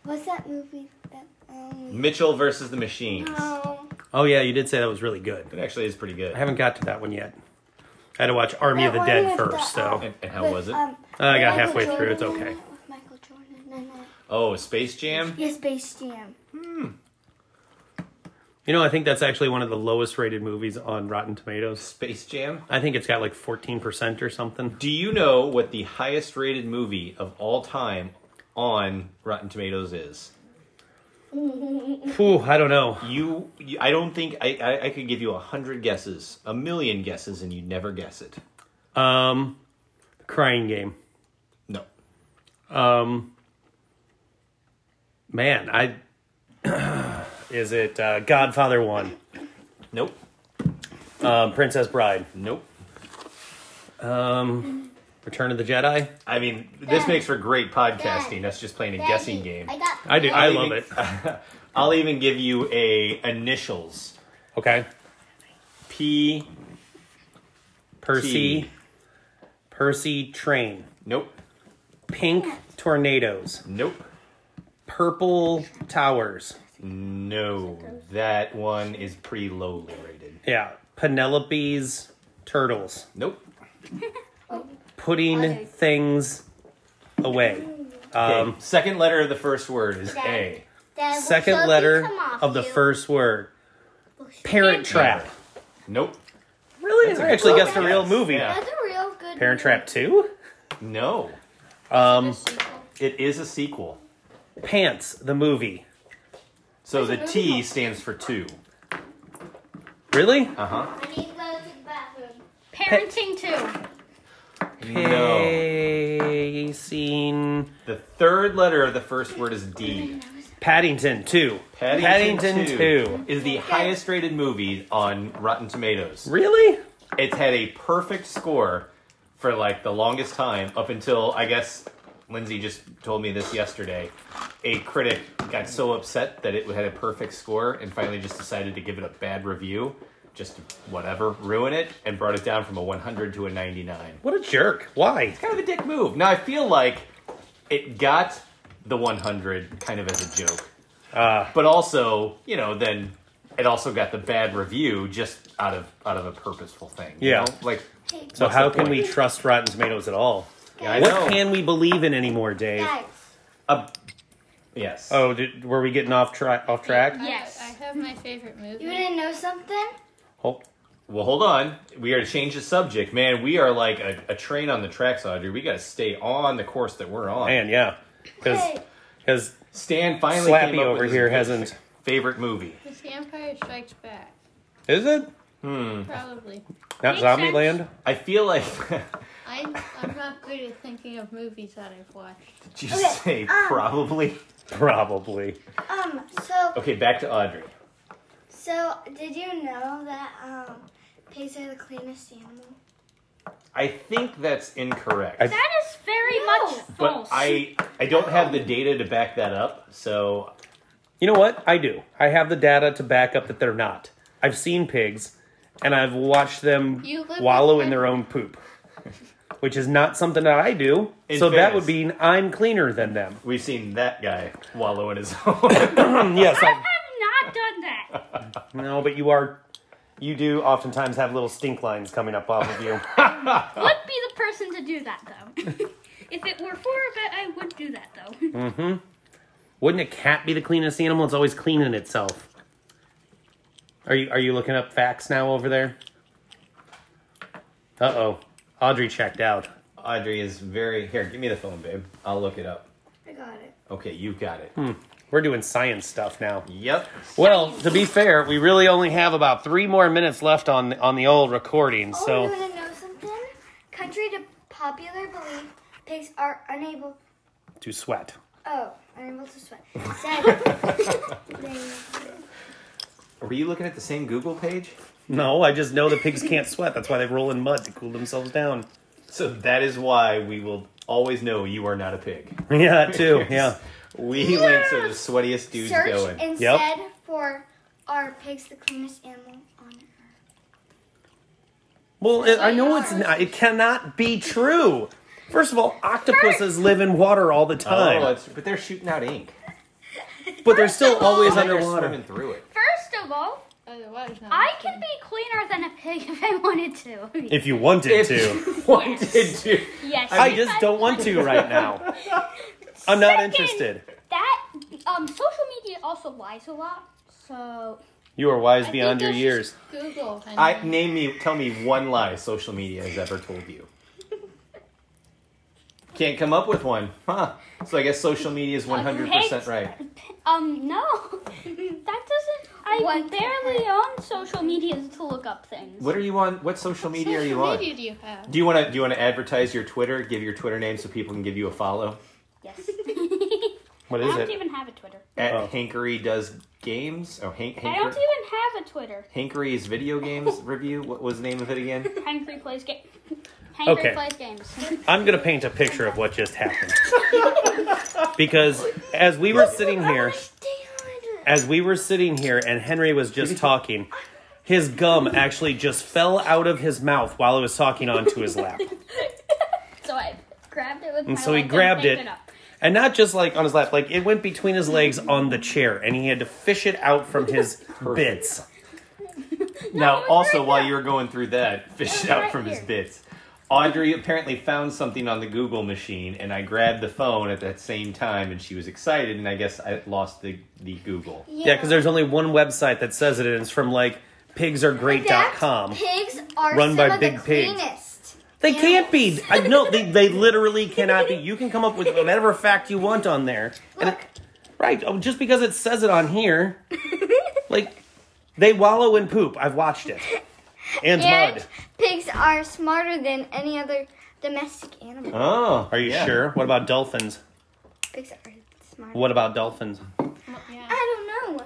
[SPEAKER 4] what's that movie that, um,
[SPEAKER 1] Mitchell versus the Machines.
[SPEAKER 4] um,
[SPEAKER 2] Oh, yeah, you did say that was really good.
[SPEAKER 1] It actually is pretty good.
[SPEAKER 2] I haven't got to that one yet. I had to watch Army of
[SPEAKER 4] That
[SPEAKER 2] the
[SPEAKER 4] one
[SPEAKER 2] Dead
[SPEAKER 4] with the-
[SPEAKER 2] first, so
[SPEAKER 1] And, and how
[SPEAKER 4] with,
[SPEAKER 1] was it?
[SPEAKER 4] um,
[SPEAKER 2] I got
[SPEAKER 4] Michael
[SPEAKER 2] halfway through. It's
[SPEAKER 4] Jordan in
[SPEAKER 2] okay.
[SPEAKER 4] it, with Michael Jordan in it.
[SPEAKER 1] Oh, Space Jam?
[SPEAKER 4] Yes, Space Jam.
[SPEAKER 2] You know, I think that's actually one of the lowest rated movies on Rotten Tomatoes.
[SPEAKER 1] Space Jam?
[SPEAKER 2] I think it's got like 14%
[SPEAKER 1] <laughs>
[SPEAKER 2] or something.
[SPEAKER 1] Do you know what the highest rated movie of all time on Rotten Tomatoes is?
[SPEAKER 2] Ooh, I don't know.
[SPEAKER 1] You, you I don't think, I, I, I could give you a hundred guesses, a million guesses, and you'd never guess it.
[SPEAKER 2] Um, Crying Game.
[SPEAKER 1] No.
[SPEAKER 2] Um, man, I. <clears throat> Is it uh, Godfather 1?
[SPEAKER 1] Nope.
[SPEAKER 2] Um, Princess Bride?
[SPEAKER 1] Nope.
[SPEAKER 2] Um, Return of the Jedi?
[SPEAKER 1] I mean, this makes for great podcasting.
[SPEAKER 5] Dad.
[SPEAKER 1] That's just playing a
[SPEAKER 5] Daddy,
[SPEAKER 1] guessing game.
[SPEAKER 5] I got.
[SPEAKER 2] I do. I
[SPEAKER 1] I'll
[SPEAKER 2] love
[SPEAKER 1] even-
[SPEAKER 2] it.
[SPEAKER 1] <laughs> I'll even give you a initials.
[SPEAKER 2] Okay.
[SPEAKER 1] P.
[SPEAKER 2] Percy.
[SPEAKER 1] T.
[SPEAKER 2] Percy Train.
[SPEAKER 1] Nope.
[SPEAKER 2] Pink Tornadoes.
[SPEAKER 1] Nope.
[SPEAKER 2] Purple Towers.
[SPEAKER 1] No, that one is pretty lowly rated.
[SPEAKER 2] Yeah. Penelope's Turtles.
[SPEAKER 1] Nope.
[SPEAKER 2] Putting things away.
[SPEAKER 1] Okay,
[SPEAKER 2] Um,
[SPEAKER 1] second letter of the first word is A.
[SPEAKER 5] Dad, will
[SPEAKER 2] second
[SPEAKER 5] something
[SPEAKER 2] letter
[SPEAKER 5] come off
[SPEAKER 2] of the
[SPEAKER 5] you?
[SPEAKER 2] first word. Parent Trap.
[SPEAKER 1] Nope.
[SPEAKER 2] Really? I actually guessed a
[SPEAKER 1] Yes.
[SPEAKER 2] real movie.
[SPEAKER 1] Yeah.
[SPEAKER 4] That's a real good
[SPEAKER 2] Parent
[SPEAKER 4] movie.
[SPEAKER 2] Trap 2?
[SPEAKER 1] No,
[SPEAKER 2] Um,
[SPEAKER 1] it is a sequel.
[SPEAKER 2] Pants, the movie.
[SPEAKER 1] So the T stands for two.
[SPEAKER 2] Really?
[SPEAKER 1] Uh huh.
[SPEAKER 5] I need to go to the bathroom.
[SPEAKER 3] parenting too.
[SPEAKER 1] No.
[SPEAKER 2] Pacing.
[SPEAKER 1] The third letter of the first word is D.
[SPEAKER 2] Paddington 2.
[SPEAKER 1] Paddington, 2
[SPEAKER 2] Paddington
[SPEAKER 1] is the highest rated movie on Rotten Tomatoes.
[SPEAKER 2] Really?
[SPEAKER 1] It's had a perfect score for like the longest time up until I guess Lindsay just told me this yesterday. A critic got so upset that it had a perfect score and finally just decided to give it a bad review, just to whatever, ruin it, and brought it down from a 100 to a 99
[SPEAKER 2] What a jerk. Why?
[SPEAKER 1] kind of a dick move. Now I feel like it got the 100 kind of as a joke,
[SPEAKER 2] Ah.
[SPEAKER 1] but also you know then it also got the bad review just out of out of a purposeful thing. you
[SPEAKER 2] Yeah.
[SPEAKER 1] know? like
[SPEAKER 2] So
[SPEAKER 1] what's
[SPEAKER 2] how
[SPEAKER 1] the
[SPEAKER 2] can
[SPEAKER 1] point?
[SPEAKER 2] we trust Rotten Tomatoes at all?
[SPEAKER 1] Yeah, I
[SPEAKER 2] what
[SPEAKER 1] know.
[SPEAKER 2] can we believe in anymore, Dave?
[SPEAKER 5] Guys,
[SPEAKER 1] A- yes.
[SPEAKER 2] Oh, did, were we getting off track? Off track?
[SPEAKER 6] I-
[SPEAKER 3] Yes.
[SPEAKER 6] I, have my favorite movie.
[SPEAKER 4] You didn't know something?
[SPEAKER 2] Oh,
[SPEAKER 1] Well, hold on. We are to change the subject, man. We are like a, a train on the tracks, Audrey. We got to stay on the course that we're on.
[SPEAKER 2] man, yeah. Because
[SPEAKER 4] Hey.
[SPEAKER 1] Stan finally
[SPEAKER 2] Slappy
[SPEAKER 1] came up
[SPEAKER 2] over
[SPEAKER 1] with
[SPEAKER 2] here
[SPEAKER 1] his
[SPEAKER 2] hasn't.
[SPEAKER 1] favorite movie.
[SPEAKER 6] It's The Empire Strikes Back.
[SPEAKER 2] Is it? Hmm.
[SPEAKER 6] Probably.
[SPEAKER 2] Not
[SPEAKER 3] Makes
[SPEAKER 2] Zombieland?
[SPEAKER 1] I feel like <laughs>
[SPEAKER 6] I, I'm not good at thinking of movies that I've watched.
[SPEAKER 1] did you say probably?
[SPEAKER 2] Probably.
[SPEAKER 4] Um, so
[SPEAKER 2] Oh.
[SPEAKER 1] Okay, back to Audrey.
[SPEAKER 4] so did you know that um pigs are the cleanest animal?
[SPEAKER 1] I think that's incorrect.
[SPEAKER 2] I-
[SPEAKER 3] That is very
[SPEAKER 4] No.
[SPEAKER 3] much
[SPEAKER 1] but
[SPEAKER 3] false.
[SPEAKER 1] I I don't have the data to back that up. So
[SPEAKER 2] You know what? I do. I have the data to back up that they're not. I've seen pigs, and I've watched them
[SPEAKER 6] You live
[SPEAKER 2] wallow
[SPEAKER 6] with
[SPEAKER 2] in their
[SPEAKER 6] pig-
[SPEAKER 2] own poop, which is not something that I do.
[SPEAKER 1] In
[SPEAKER 2] so that
[SPEAKER 1] fairness.
[SPEAKER 2] would mean I'm cleaner than them.
[SPEAKER 1] we've seen that guy wallow in his <laughs> own.
[SPEAKER 2] <coughs> yes, I,
[SPEAKER 3] have not
[SPEAKER 1] <laughs>
[SPEAKER 3] done that.
[SPEAKER 2] no, but you are. You do oftentimes have little stink lines coming up off of you.
[SPEAKER 3] Would be the person to do that though. <laughs> if it were for a bet, I would do that though.
[SPEAKER 2] <laughs> Wouldn't a cat be the cleanest animal? It's always cleaning itself. Are you are you looking up facts now over there? Uh oh, Audrey checked out.
[SPEAKER 1] Audrey is very here. Give me the phone, babe. I'll look it up.
[SPEAKER 4] I got it.
[SPEAKER 1] Okay, you've got it.
[SPEAKER 2] Hmm. We're doing science stuff now.
[SPEAKER 1] Yep.
[SPEAKER 2] Well, to be fair, we really only have about three more minutes left on on the old recording.
[SPEAKER 4] Oh,
[SPEAKER 2] So
[SPEAKER 4] you want to know something? Contrary to popular belief, pigs are unable.
[SPEAKER 2] to sweat.
[SPEAKER 4] Oh, unable to
[SPEAKER 2] <laughs>
[SPEAKER 4] sweat. Sad.
[SPEAKER 1] Were you looking at the same Google page?
[SPEAKER 2] No, I just know the pigs can't sweat. That's why they roll in mud to cool themselves down. <laughs>
[SPEAKER 1] So that is why we will always know you are not a pig.
[SPEAKER 2] Yeah, that too. Yeah.
[SPEAKER 1] We links are the sweatiest dudes
[SPEAKER 4] Search
[SPEAKER 1] going.
[SPEAKER 4] instead
[SPEAKER 2] Yep.
[SPEAKER 4] for are pigs the cleanest animal on earth?
[SPEAKER 2] Well, it, I know it's not. It cannot be true. First of all, octopuses live in water all the
[SPEAKER 1] oh,
[SPEAKER 2] time,
[SPEAKER 1] it's, but they're shooting out ink.
[SPEAKER 2] but they're still always
[SPEAKER 1] Like they're
[SPEAKER 2] underwater.
[SPEAKER 1] swimming through it.
[SPEAKER 3] First of all,
[SPEAKER 6] Otherwise, not
[SPEAKER 3] I can be cleaner than a pig if I wanted to.
[SPEAKER 2] If you wanted
[SPEAKER 1] If
[SPEAKER 2] to,
[SPEAKER 1] <laughs> you wanted to.
[SPEAKER 3] yes.
[SPEAKER 2] I
[SPEAKER 3] if
[SPEAKER 2] just don't want to right now. I'm not
[SPEAKER 3] Second.
[SPEAKER 2] interested.
[SPEAKER 3] That um, social media also lies a lot. So
[SPEAKER 2] You are wise
[SPEAKER 6] I
[SPEAKER 2] beyond your
[SPEAKER 6] think
[SPEAKER 2] years.
[SPEAKER 6] that's just Google. honey.
[SPEAKER 1] I name me. Tell me one lie social media has ever told you. Can't come up with one, huh? So I guess social media is one hundred percent right.
[SPEAKER 3] Um, no, <laughs> that doesn't. I
[SPEAKER 4] What?
[SPEAKER 3] barely own social medias to look up things.
[SPEAKER 1] What are you on? What social
[SPEAKER 6] What
[SPEAKER 1] media are you
[SPEAKER 6] social
[SPEAKER 1] on?
[SPEAKER 6] media do you have?
[SPEAKER 1] Do you want to do you want to advertise your Twitter? Give your Twitter name so people can give you a follow
[SPEAKER 2] <laughs>
[SPEAKER 3] Yes.
[SPEAKER 2] What
[SPEAKER 3] I
[SPEAKER 2] is
[SPEAKER 3] don't
[SPEAKER 2] it?
[SPEAKER 3] even have a Twitter.
[SPEAKER 1] at
[SPEAKER 2] Oh.
[SPEAKER 1] Hankery does games. Oh, Hank,
[SPEAKER 3] I don't
[SPEAKER 1] Hanker,
[SPEAKER 3] even have a Twitter.
[SPEAKER 1] Hankery's video
[SPEAKER 3] <laughs>
[SPEAKER 1] games review. What was the name of it again?
[SPEAKER 3] Hangry plays game. Hangry
[SPEAKER 2] Okay.
[SPEAKER 3] plays games.
[SPEAKER 2] I'm going to paint a picture of what just
[SPEAKER 6] <laughs>
[SPEAKER 2] happened. because as we were sitting here,
[SPEAKER 4] Oh
[SPEAKER 2] as we were sitting here and Henry was just talking, his gum actually just fell out of his mouth while he was talking onto his lap.
[SPEAKER 3] so I grabbed it with my.
[SPEAKER 2] And so he
[SPEAKER 3] leg
[SPEAKER 2] grabbed
[SPEAKER 3] picked
[SPEAKER 2] it.
[SPEAKER 3] up.
[SPEAKER 2] And not just like on his lap, like it went between his legs on the chair and he had to fish it out from his bits.
[SPEAKER 1] Now,
[SPEAKER 3] it was
[SPEAKER 1] also
[SPEAKER 3] right
[SPEAKER 1] while
[SPEAKER 3] there.
[SPEAKER 1] you were going through that, fish
[SPEAKER 3] was
[SPEAKER 1] out
[SPEAKER 3] right
[SPEAKER 1] from his
[SPEAKER 3] here.
[SPEAKER 1] bits. Audrey apparently found something on the Google machine, and I grabbed the phone at that same time, and she was excited, and I guess I lost the, the Google.
[SPEAKER 2] Yeah, because there's only one website that says it and it's from like pigsaregreat.com.
[SPEAKER 4] Pigs are
[SPEAKER 2] Run
[SPEAKER 4] some
[SPEAKER 2] by
[SPEAKER 4] of
[SPEAKER 2] big
[SPEAKER 4] the
[SPEAKER 2] pigs.
[SPEAKER 4] cleanest.
[SPEAKER 2] They can't be. I, no, they, <laughs> they literally cannot be. You can come <laughs> up with whatever fact you want on there. And it- right, oh, just because it says it on here, like, they wallow in poop. I've watched it. and mud.
[SPEAKER 4] Pigs are smarter than any other domestic animal.
[SPEAKER 1] Oh,
[SPEAKER 2] Are you
[SPEAKER 1] yeah.
[SPEAKER 2] sure? What about dolphins?
[SPEAKER 4] Pigs are smart.
[SPEAKER 2] What about dolphins?
[SPEAKER 6] Well, yeah.
[SPEAKER 4] I don't know.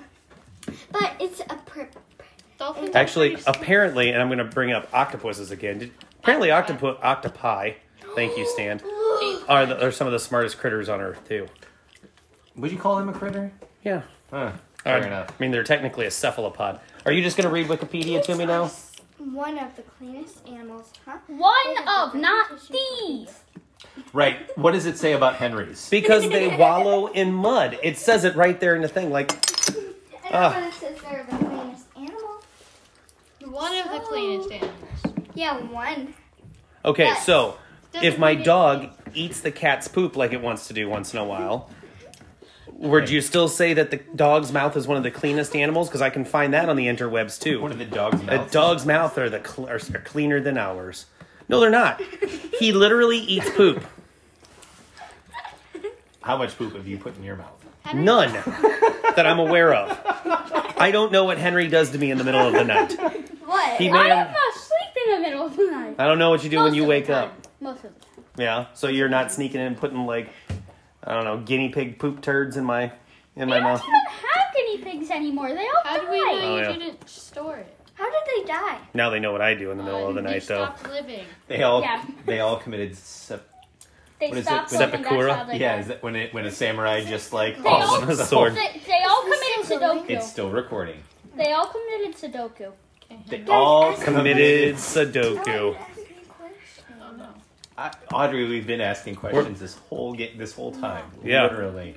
[SPEAKER 4] But it's a per-
[SPEAKER 2] <gasps>
[SPEAKER 6] Dolphins. are
[SPEAKER 2] Actually,
[SPEAKER 6] pretty smart.
[SPEAKER 2] apparently, and I'm going to bring up octopuses again. Did- Apparently, octopus, octopi. Thank you, Stan. Are, the, are some of the smartest critters on Earth too?
[SPEAKER 1] Would you call him a critter?
[SPEAKER 2] Yeah.
[SPEAKER 1] Huh.
[SPEAKER 2] All
[SPEAKER 1] Fair
[SPEAKER 2] right.
[SPEAKER 1] enough.
[SPEAKER 2] I mean, they're technically a cephalopod. Are you just going to read Wikipedia to me now?
[SPEAKER 4] one of the cleanest animals, huh?
[SPEAKER 3] One of, not the.
[SPEAKER 1] Right. What does it say about Henry's?
[SPEAKER 2] Because they wallow in mud. It says it right there in the thing. Like,
[SPEAKER 4] I
[SPEAKER 2] Ah.
[SPEAKER 4] know it says they're the cleanest animal.
[SPEAKER 6] one of the cleanest animals.
[SPEAKER 4] Yeah, one.
[SPEAKER 2] okay,
[SPEAKER 4] Yes.
[SPEAKER 2] so if
[SPEAKER 6] Doesn't
[SPEAKER 2] my
[SPEAKER 6] mean it-
[SPEAKER 2] dog eats the cat's poop like it wants to do once in a while, would you still say that the dog's mouth is one of the cleanest animals? Because I can find that on the interwebs too.
[SPEAKER 1] What are the dog's
[SPEAKER 2] A
[SPEAKER 1] mouths?
[SPEAKER 2] dog's mouth are the cl- are, are cleaner than ours. No, they're not. he literally eats poop.
[SPEAKER 1] How much poop have you put in your mouth?
[SPEAKER 2] None that I'm aware of. I don't know what Henry does to me in the middle of the night.
[SPEAKER 4] What?
[SPEAKER 2] He
[SPEAKER 3] I
[SPEAKER 2] may
[SPEAKER 3] am
[SPEAKER 2] have,
[SPEAKER 3] not sleep in the middle of the night.
[SPEAKER 2] I don't know what you do
[SPEAKER 3] Most
[SPEAKER 2] when you
[SPEAKER 3] of the
[SPEAKER 2] wake
[SPEAKER 3] time.
[SPEAKER 2] up.
[SPEAKER 3] Most of the time.
[SPEAKER 2] Yeah. So you're not sneaking in and putting like I don't know guinea pig poop turds in my in my
[SPEAKER 3] They don't
[SPEAKER 2] mouth.
[SPEAKER 3] even have guinea pigs anymore. They all
[SPEAKER 6] How
[SPEAKER 3] die.
[SPEAKER 6] do we know
[SPEAKER 2] Oh,
[SPEAKER 6] you
[SPEAKER 2] yeah.
[SPEAKER 6] didn't store it?
[SPEAKER 4] How did they die?
[SPEAKER 2] Now they know what I do in the middle of the
[SPEAKER 6] Um, they
[SPEAKER 2] night though.
[SPEAKER 6] Stopped living.
[SPEAKER 1] They all
[SPEAKER 3] Yeah.
[SPEAKER 1] they all committed
[SPEAKER 3] <laughs>
[SPEAKER 1] sep-
[SPEAKER 3] They
[SPEAKER 1] What is
[SPEAKER 3] stopped
[SPEAKER 1] it?
[SPEAKER 3] living, that's
[SPEAKER 2] Seppuku?
[SPEAKER 3] how they
[SPEAKER 1] Yeah,
[SPEAKER 3] die.
[SPEAKER 1] is that when it when a samurai just like
[SPEAKER 3] They all-
[SPEAKER 1] with a
[SPEAKER 2] Sword.
[SPEAKER 3] They, they all committed
[SPEAKER 4] still going?
[SPEAKER 3] Sudoku.
[SPEAKER 1] It's still recording.
[SPEAKER 3] They all committed Sudoku.
[SPEAKER 1] They all
[SPEAKER 2] Committed
[SPEAKER 4] Oh,
[SPEAKER 2] Sudoku.
[SPEAKER 4] I didn't ask you a question.
[SPEAKER 6] Oh no.
[SPEAKER 1] I, Audrey, we've been asking questions this whole ga- this whole time.
[SPEAKER 2] Yeah.
[SPEAKER 1] Literally.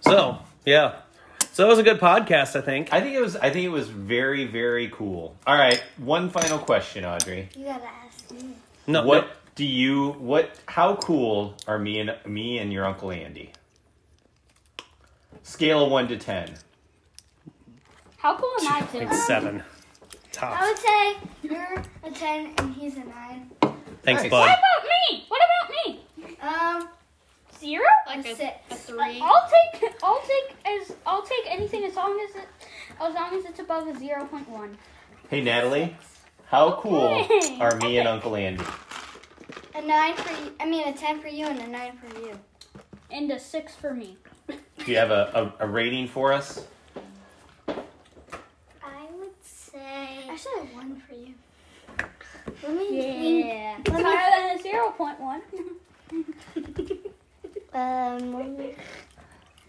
[SPEAKER 2] So yeah. So that was a good podcast, I think.
[SPEAKER 1] I think it was I think it was very very cool. All right, one final question, Audrey.
[SPEAKER 4] You gotta ask me.
[SPEAKER 2] No,
[SPEAKER 1] what
[SPEAKER 2] no-
[SPEAKER 1] do you what how cool are me and me and your uncle Andy? Scale of 1 to 10.
[SPEAKER 3] How cool am I
[SPEAKER 2] <laughs> like
[SPEAKER 3] to?
[SPEAKER 2] seven.
[SPEAKER 4] I
[SPEAKER 2] Tops.
[SPEAKER 4] would say you're a 10 and he's a 9.
[SPEAKER 2] Thanks,
[SPEAKER 1] Nice.
[SPEAKER 2] bud.
[SPEAKER 3] What about me? What about me?
[SPEAKER 4] Um,
[SPEAKER 3] Zero?
[SPEAKER 6] Like a,
[SPEAKER 4] Six. oh,
[SPEAKER 6] a three.
[SPEAKER 3] I'll take I'll take as I'll take anything as long as it as long as it's above a zero point one.
[SPEAKER 1] Hey Natalie, how cool
[SPEAKER 3] Okay.
[SPEAKER 1] are me and uncle Andy?
[SPEAKER 4] a 9 for you. I mean, a 10 for you and a 9 for you.
[SPEAKER 3] And a six for me.
[SPEAKER 1] Do you have a, a, a rating for us?
[SPEAKER 5] I would say
[SPEAKER 4] Actually, a 1 for you. Let me.
[SPEAKER 3] Yeah.
[SPEAKER 4] Let me-
[SPEAKER 3] Higher than a zero point <laughs> one.
[SPEAKER 5] um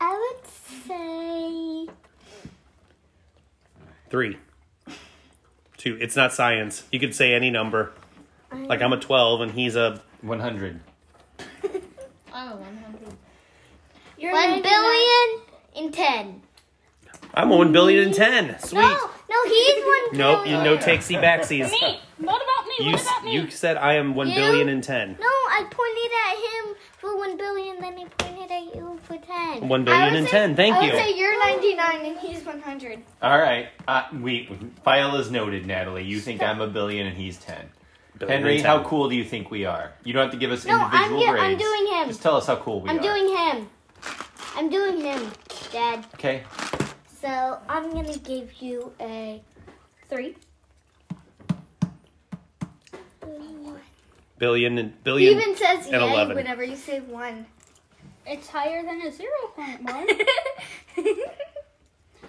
[SPEAKER 5] I would say
[SPEAKER 2] Three. Two. It's not science. You could say any number. Like I'm a twelve and he's a
[SPEAKER 1] 100.
[SPEAKER 6] Oh, 100.
[SPEAKER 4] You're
[SPEAKER 5] one
[SPEAKER 4] 99.
[SPEAKER 5] billion and ten.
[SPEAKER 2] I'm a one billion and ten. Sweet.
[SPEAKER 5] No, no, he's <laughs> one
[SPEAKER 2] Nope, you
[SPEAKER 5] billion.
[SPEAKER 2] no takesy backsies.
[SPEAKER 3] me. What about me?
[SPEAKER 2] You s-
[SPEAKER 3] what about me?
[SPEAKER 2] you said I am one
[SPEAKER 5] You?
[SPEAKER 2] billion and ten.
[SPEAKER 5] No, I pointed at him for one billion, then I pointed at you for ten.
[SPEAKER 2] One billion
[SPEAKER 4] would
[SPEAKER 2] and
[SPEAKER 4] say-
[SPEAKER 2] ten. Thank
[SPEAKER 4] I
[SPEAKER 2] you.
[SPEAKER 4] would say you're 99 and he's 100.
[SPEAKER 1] All right. Uh, we file is noted, Natalie. You think I'm a billion and he's 10.
[SPEAKER 2] Billion
[SPEAKER 1] Henry,
[SPEAKER 2] and
[SPEAKER 1] how
[SPEAKER 2] ten.
[SPEAKER 1] cool do you think we are? You don't have to give us
[SPEAKER 5] No, I'm,
[SPEAKER 1] individual
[SPEAKER 5] do-
[SPEAKER 1] grades.
[SPEAKER 5] I'm doing him.
[SPEAKER 1] Just tell us how cool we
[SPEAKER 5] I'm
[SPEAKER 1] are.
[SPEAKER 5] doing him. I'm doing him, Dad.
[SPEAKER 1] Okay.
[SPEAKER 5] So I'm gonna give you a
[SPEAKER 3] three.
[SPEAKER 2] billion and
[SPEAKER 4] He
[SPEAKER 2] billion.
[SPEAKER 4] even says yay
[SPEAKER 2] and 11.
[SPEAKER 4] whenever you
[SPEAKER 5] <laughs>
[SPEAKER 4] say 1.
[SPEAKER 3] It's higher than a zero point <laughs> one.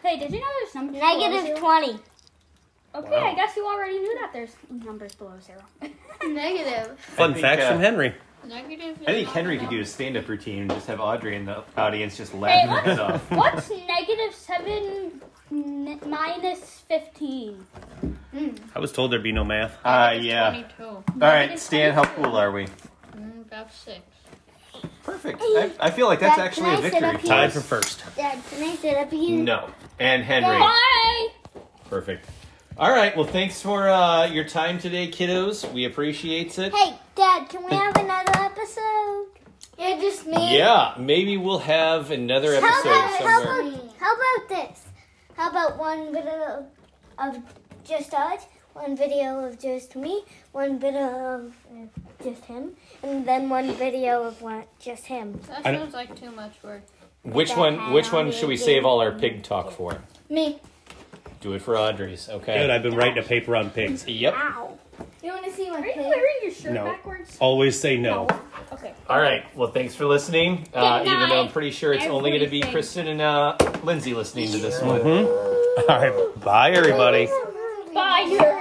[SPEAKER 3] hey, did you know there's numbers below
[SPEAKER 5] negative
[SPEAKER 3] zero?
[SPEAKER 5] twenty.
[SPEAKER 3] Okay,
[SPEAKER 2] Wow.
[SPEAKER 3] I guess you already knew that there's numbers below <laughs> zero.
[SPEAKER 4] <laughs> Negative.
[SPEAKER 2] Fun
[SPEAKER 1] I think,
[SPEAKER 2] facts
[SPEAKER 1] uh,
[SPEAKER 2] from Henry.
[SPEAKER 6] Negative.
[SPEAKER 1] I think Henry could do a stand up routine and just have Audrey in the audience just
[SPEAKER 3] Hey,
[SPEAKER 1] laughing her heads
[SPEAKER 5] <laughs>
[SPEAKER 1] off.
[SPEAKER 3] what's, what's negative seven n- minus fifteen?
[SPEAKER 4] Hmm.
[SPEAKER 2] I was told there'd be no math.
[SPEAKER 1] Uh, yeah.
[SPEAKER 6] 22.
[SPEAKER 1] All right, Stan, how cool are we?
[SPEAKER 6] Mm, about six.
[SPEAKER 1] Perfect. I, I feel like that's
[SPEAKER 5] Dad,
[SPEAKER 1] actually
[SPEAKER 5] can
[SPEAKER 1] a
[SPEAKER 5] I sit
[SPEAKER 1] victory
[SPEAKER 5] up
[SPEAKER 1] for
[SPEAKER 5] here?
[SPEAKER 2] Tied
[SPEAKER 1] us.
[SPEAKER 2] for first.
[SPEAKER 5] Dad, can I sit up here?
[SPEAKER 1] No. And Henry.
[SPEAKER 3] Bye.
[SPEAKER 1] Perfect. All right. Well, thanks for uh, your time today, kiddos. We appreciate it.
[SPEAKER 5] Hey, Dad, can we have another episode?
[SPEAKER 4] Yeah, just me.
[SPEAKER 1] Yeah, maybe we'll have another
[SPEAKER 5] How
[SPEAKER 1] episode
[SPEAKER 5] about, how
[SPEAKER 1] somewhere.
[SPEAKER 5] about how about this? How about one video of just us, one video of just me, one video of uh, just him, and then one video of one, just him.
[SPEAKER 6] That
[SPEAKER 2] I don't-
[SPEAKER 6] sounds like too much work.
[SPEAKER 1] Which one? Which one should we save all our pig talk for?
[SPEAKER 4] Me.
[SPEAKER 1] Do it for Audrey's. Okay.
[SPEAKER 2] Good, I've been writing a paper on pigs.
[SPEAKER 1] Yep.
[SPEAKER 5] Ow.
[SPEAKER 4] You want to see my
[SPEAKER 3] Are you
[SPEAKER 4] pig?
[SPEAKER 3] wearing your shirt
[SPEAKER 2] No.
[SPEAKER 3] backwards?
[SPEAKER 2] Always say no. <laughs>
[SPEAKER 3] Okay.
[SPEAKER 1] All right. Well, thanks for listening. Uh, even though I'm pretty sure it's only going to be
[SPEAKER 3] Everything.
[SPEAKER 1] Kristen and uh, Lindsay listening to this one.
[SPEAKER 2] All right, bye everybody.
[SPEAKER 3] Bye.